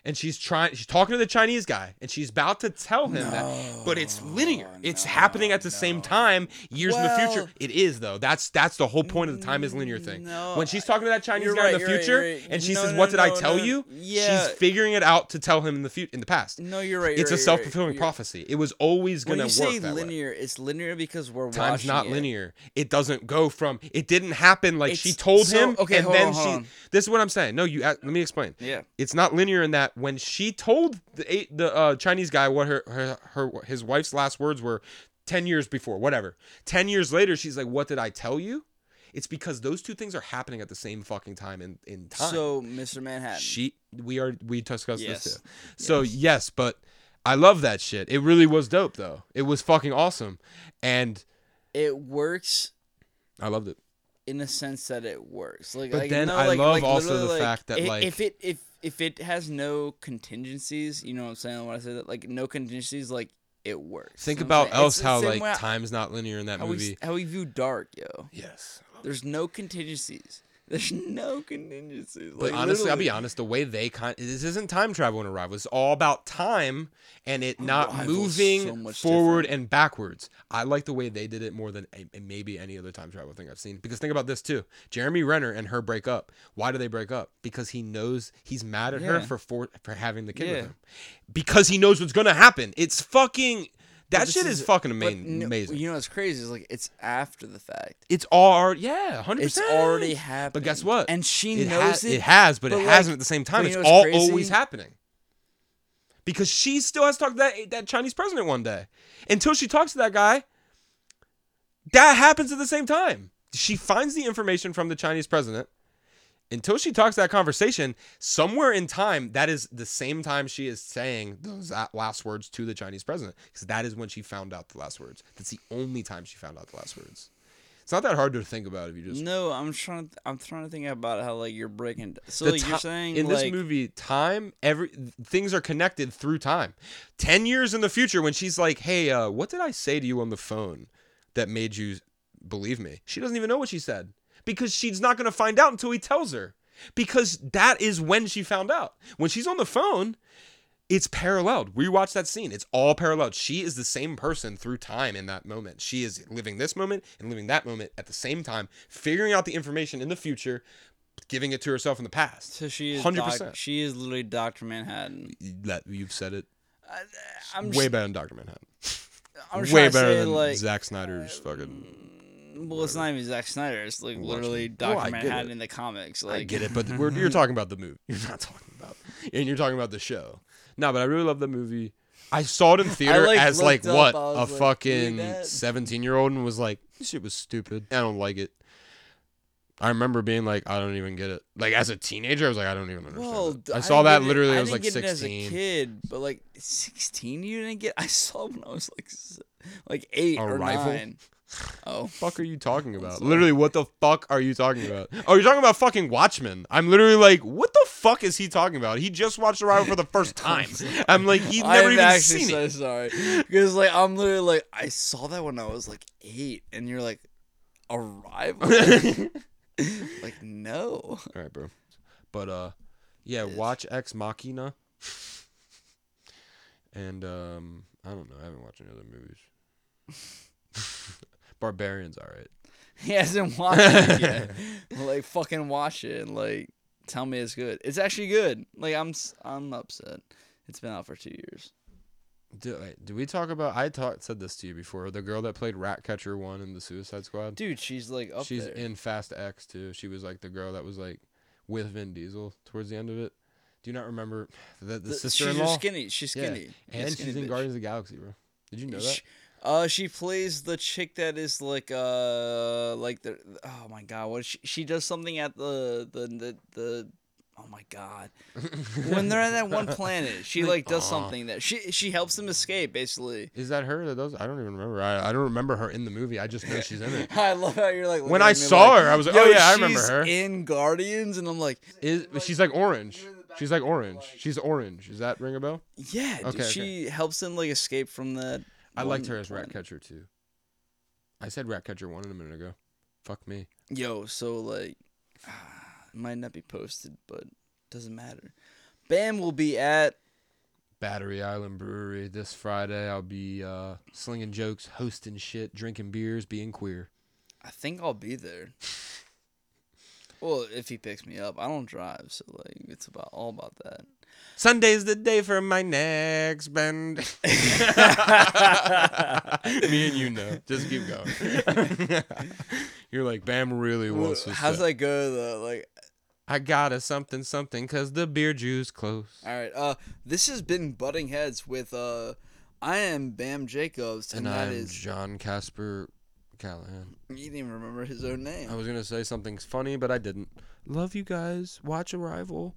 and she's trying she's talking to the Chinese guy and she's about to tell him that but it's linear. It's happening at the same time years in the Well- Mm, future. It is though. That's that's the whole point of the time is linear thing. No, when she's talking to that Chinese you're guy in right, the you're right, future you're right. and she No, says no, what did I no, tell no. you? Yeah. She's figuring it out to tell him in the future in the past. No, you're It's a right. you're right, you're right, self-fulfilling you're- prophecy. It was always going When to you work say that way linear, it's linear because we're time's watching not it. linear. It doesn't go from it didn't happen like she It's- told so- him okay, and hold then on, hold she on. This is what I'm saying. No, you a- let me explain. Yeah. It's not linear in that when she told the eight- the uh, Chinese guy what her, her her his wife's last words were 10 years before, whatever. 10 years later she's like what did I tell you? It's because those two things are happening at the same fucking time in in time. So, Mr. Manhattan. she we are we discussed Yes. this too. So yes, but I love that shit. It really was dope though. It was fucking awesome and it works I loved it. in the sense that it works. Like, But like, then no, I like, love like, also literally, the like, fact that, i- like- if it if if it has no contingencies, you know what I'm saying when I say that, like no contingencies, like it works. Think You know about what I'm saying? else It's the how same like way I- time's not linear in that how we movie. s- how we view dark, yo. Yes. There's no contingencies. There's no contingencies. But like, honestly, I'll literally. be honest. The way they kind this isn't time travel and arrival. It's all about time and it not Arrival's so moving much forward and backwards. I like the way they did it more than a, maybe any other time travel thing I've seen. Because think about this too: Jeremy Renner and her break up. Why do they break up? Because he knows he's mad at her Yeah. for for, for having the kid Yeah. with him. Because he knows what's gonna happen. It's fucking. That this shit is, is- fucking But amazing. no- amazing. You know what's crazy is like it's after the fact. It's all yeah, hundred It's percent. already happened. But guess what? And she it knows ha- it. It has, but, but, it like, hasn't at the same time. but you It's know all what's always crazy? happening. Because she still has to talk to that that Chinese president one day. Until she talks to that guy, that happens at the same time. She finds the information from the Chinese president. Until she talks that conversation, somewhere in time, that is the same time she is saying those a- last words to the Chinese president. Because that is when she found out the last words. That's the only time she found out the last words. It's not that hard to think about if you just. No, I'm trying. To, I'm trying to think about how like you're breaking. So The like, ti- you're saying in like, this movie, time every th- things are connected through time. Ten years in the future, when she's like, "Hey, uh, what did I say to you on the phone that made you believe me?" She doesn't even know what she said because she's not gonna find out until he tells her. Because that is when she found out. When she's on the phone, it's paralleled. Rewatch that scene. It's all paralleled. She is the same person through time in that moment. She is living this moment and living that moment at the same time, figuring out the information in the future, giving it to herself in the past. so she is 100%. 100%. she is literally Doctor Manhattan. that you've said it I, I'm way just, better than Doctor Manhattan. I'm just way trying to better say, than like, Zack Snyder's fucking. Well, it's not even Zack Snyder. It's like literally No, Oh, I Doctor get Manhattan it. in the comics. I Like, get it, but we're, you're talking about the movie. You're not talking about, and you're talking about the show. No, but I really love the movie. I saw it in theater like, as like looked up, what I a was like, "Dude, fucking that-" seventeen year old, and was like, "This shit was stupid. I don't like it." I remember being like, "I don't even get it." Like as a teenager, I was like, "I don't even understand." Well, it." d- I saw that didn't- literally. I, I was didn't like get it as a sixteen. kid, but like sixteen, you didn't get. I saw it when I was like, s- like eight A or rifle? nine. Oh, fuck are you talking about? Literally, what the fuck are you talking about? Oh, you're talking about fucking Watchmen. I'm literally like, what the fuck is he talking about? He just watched Arrival for the first time. I'm like, he's I never am even actually seen so it. sorry because like I'm literally like I saw that when I was like eight, and you're like, arrival. like no, All right, bro. But uh, yeah, watch Ex Machina. And um, I don't know. I haven't watched any other movies. Barbarian's all right. he hasn't watched it yet. like fucking watch it and like tell me it's good. It's actually good. Like I'm s- I'm upset. It's been out for two years. Did, wait, did we talk about? I talked said this to you before. The girl that played Ratcatcher one in the Suicide Squad. Dude, she's like up She's there. in Fast X too. She was like the girl that was like with Vin Diesel towards the end of it. Do you not remember the, the, The- She's sister-in-law? just skinny. She's Yeah. skinny. And skinny she's in bitch. Guardians of the Galaxy, bro. Did you know that? Sh- uh, she plays the chick that is like uh like the oh my god what is she she does something at the the the, the oh my god when they're at that one planet she like does something that she she helps them escape basically. Is that her that does? I don't even remember. I, I don't remember her in the movie. I just know she's in it. I love how you're like When looking I at me saw like, her, I was like, "Yo, oh yeah, I remember she's her. in Guardians and I'm like Is she's like orange? She's like orange. She's orange. Does that ring a bell? yeah dude, Okay, okay. she helps them like escape from that. I liked one her as planet." Ratcatcher too. I said Ratcatcher one in a minute ago. Fuck me. Yo, so like, it might not be posted, but doesn't matter. Bam will be at Battery Island Brewery this Friday. I'll be uh, slinging jokes, hosting shit, drinking beers, being queer. I think I'll be there. well, if he picks me up, I don't drive, so like it's about all about that. Sunday's the day for my next bend. Me and you know. Just keep going. You're like, Bam really wants to. How's How's that go though? Like, I got us something, something, because the beer juice close. all right. Uh, this has been butting heads with uh, I am Bam Jacobs, and, And that I'm is John Casper Callahan. you didn't even remember his own name. I was going to say something funny, but I didn't. Love you guys. Watch Arrival.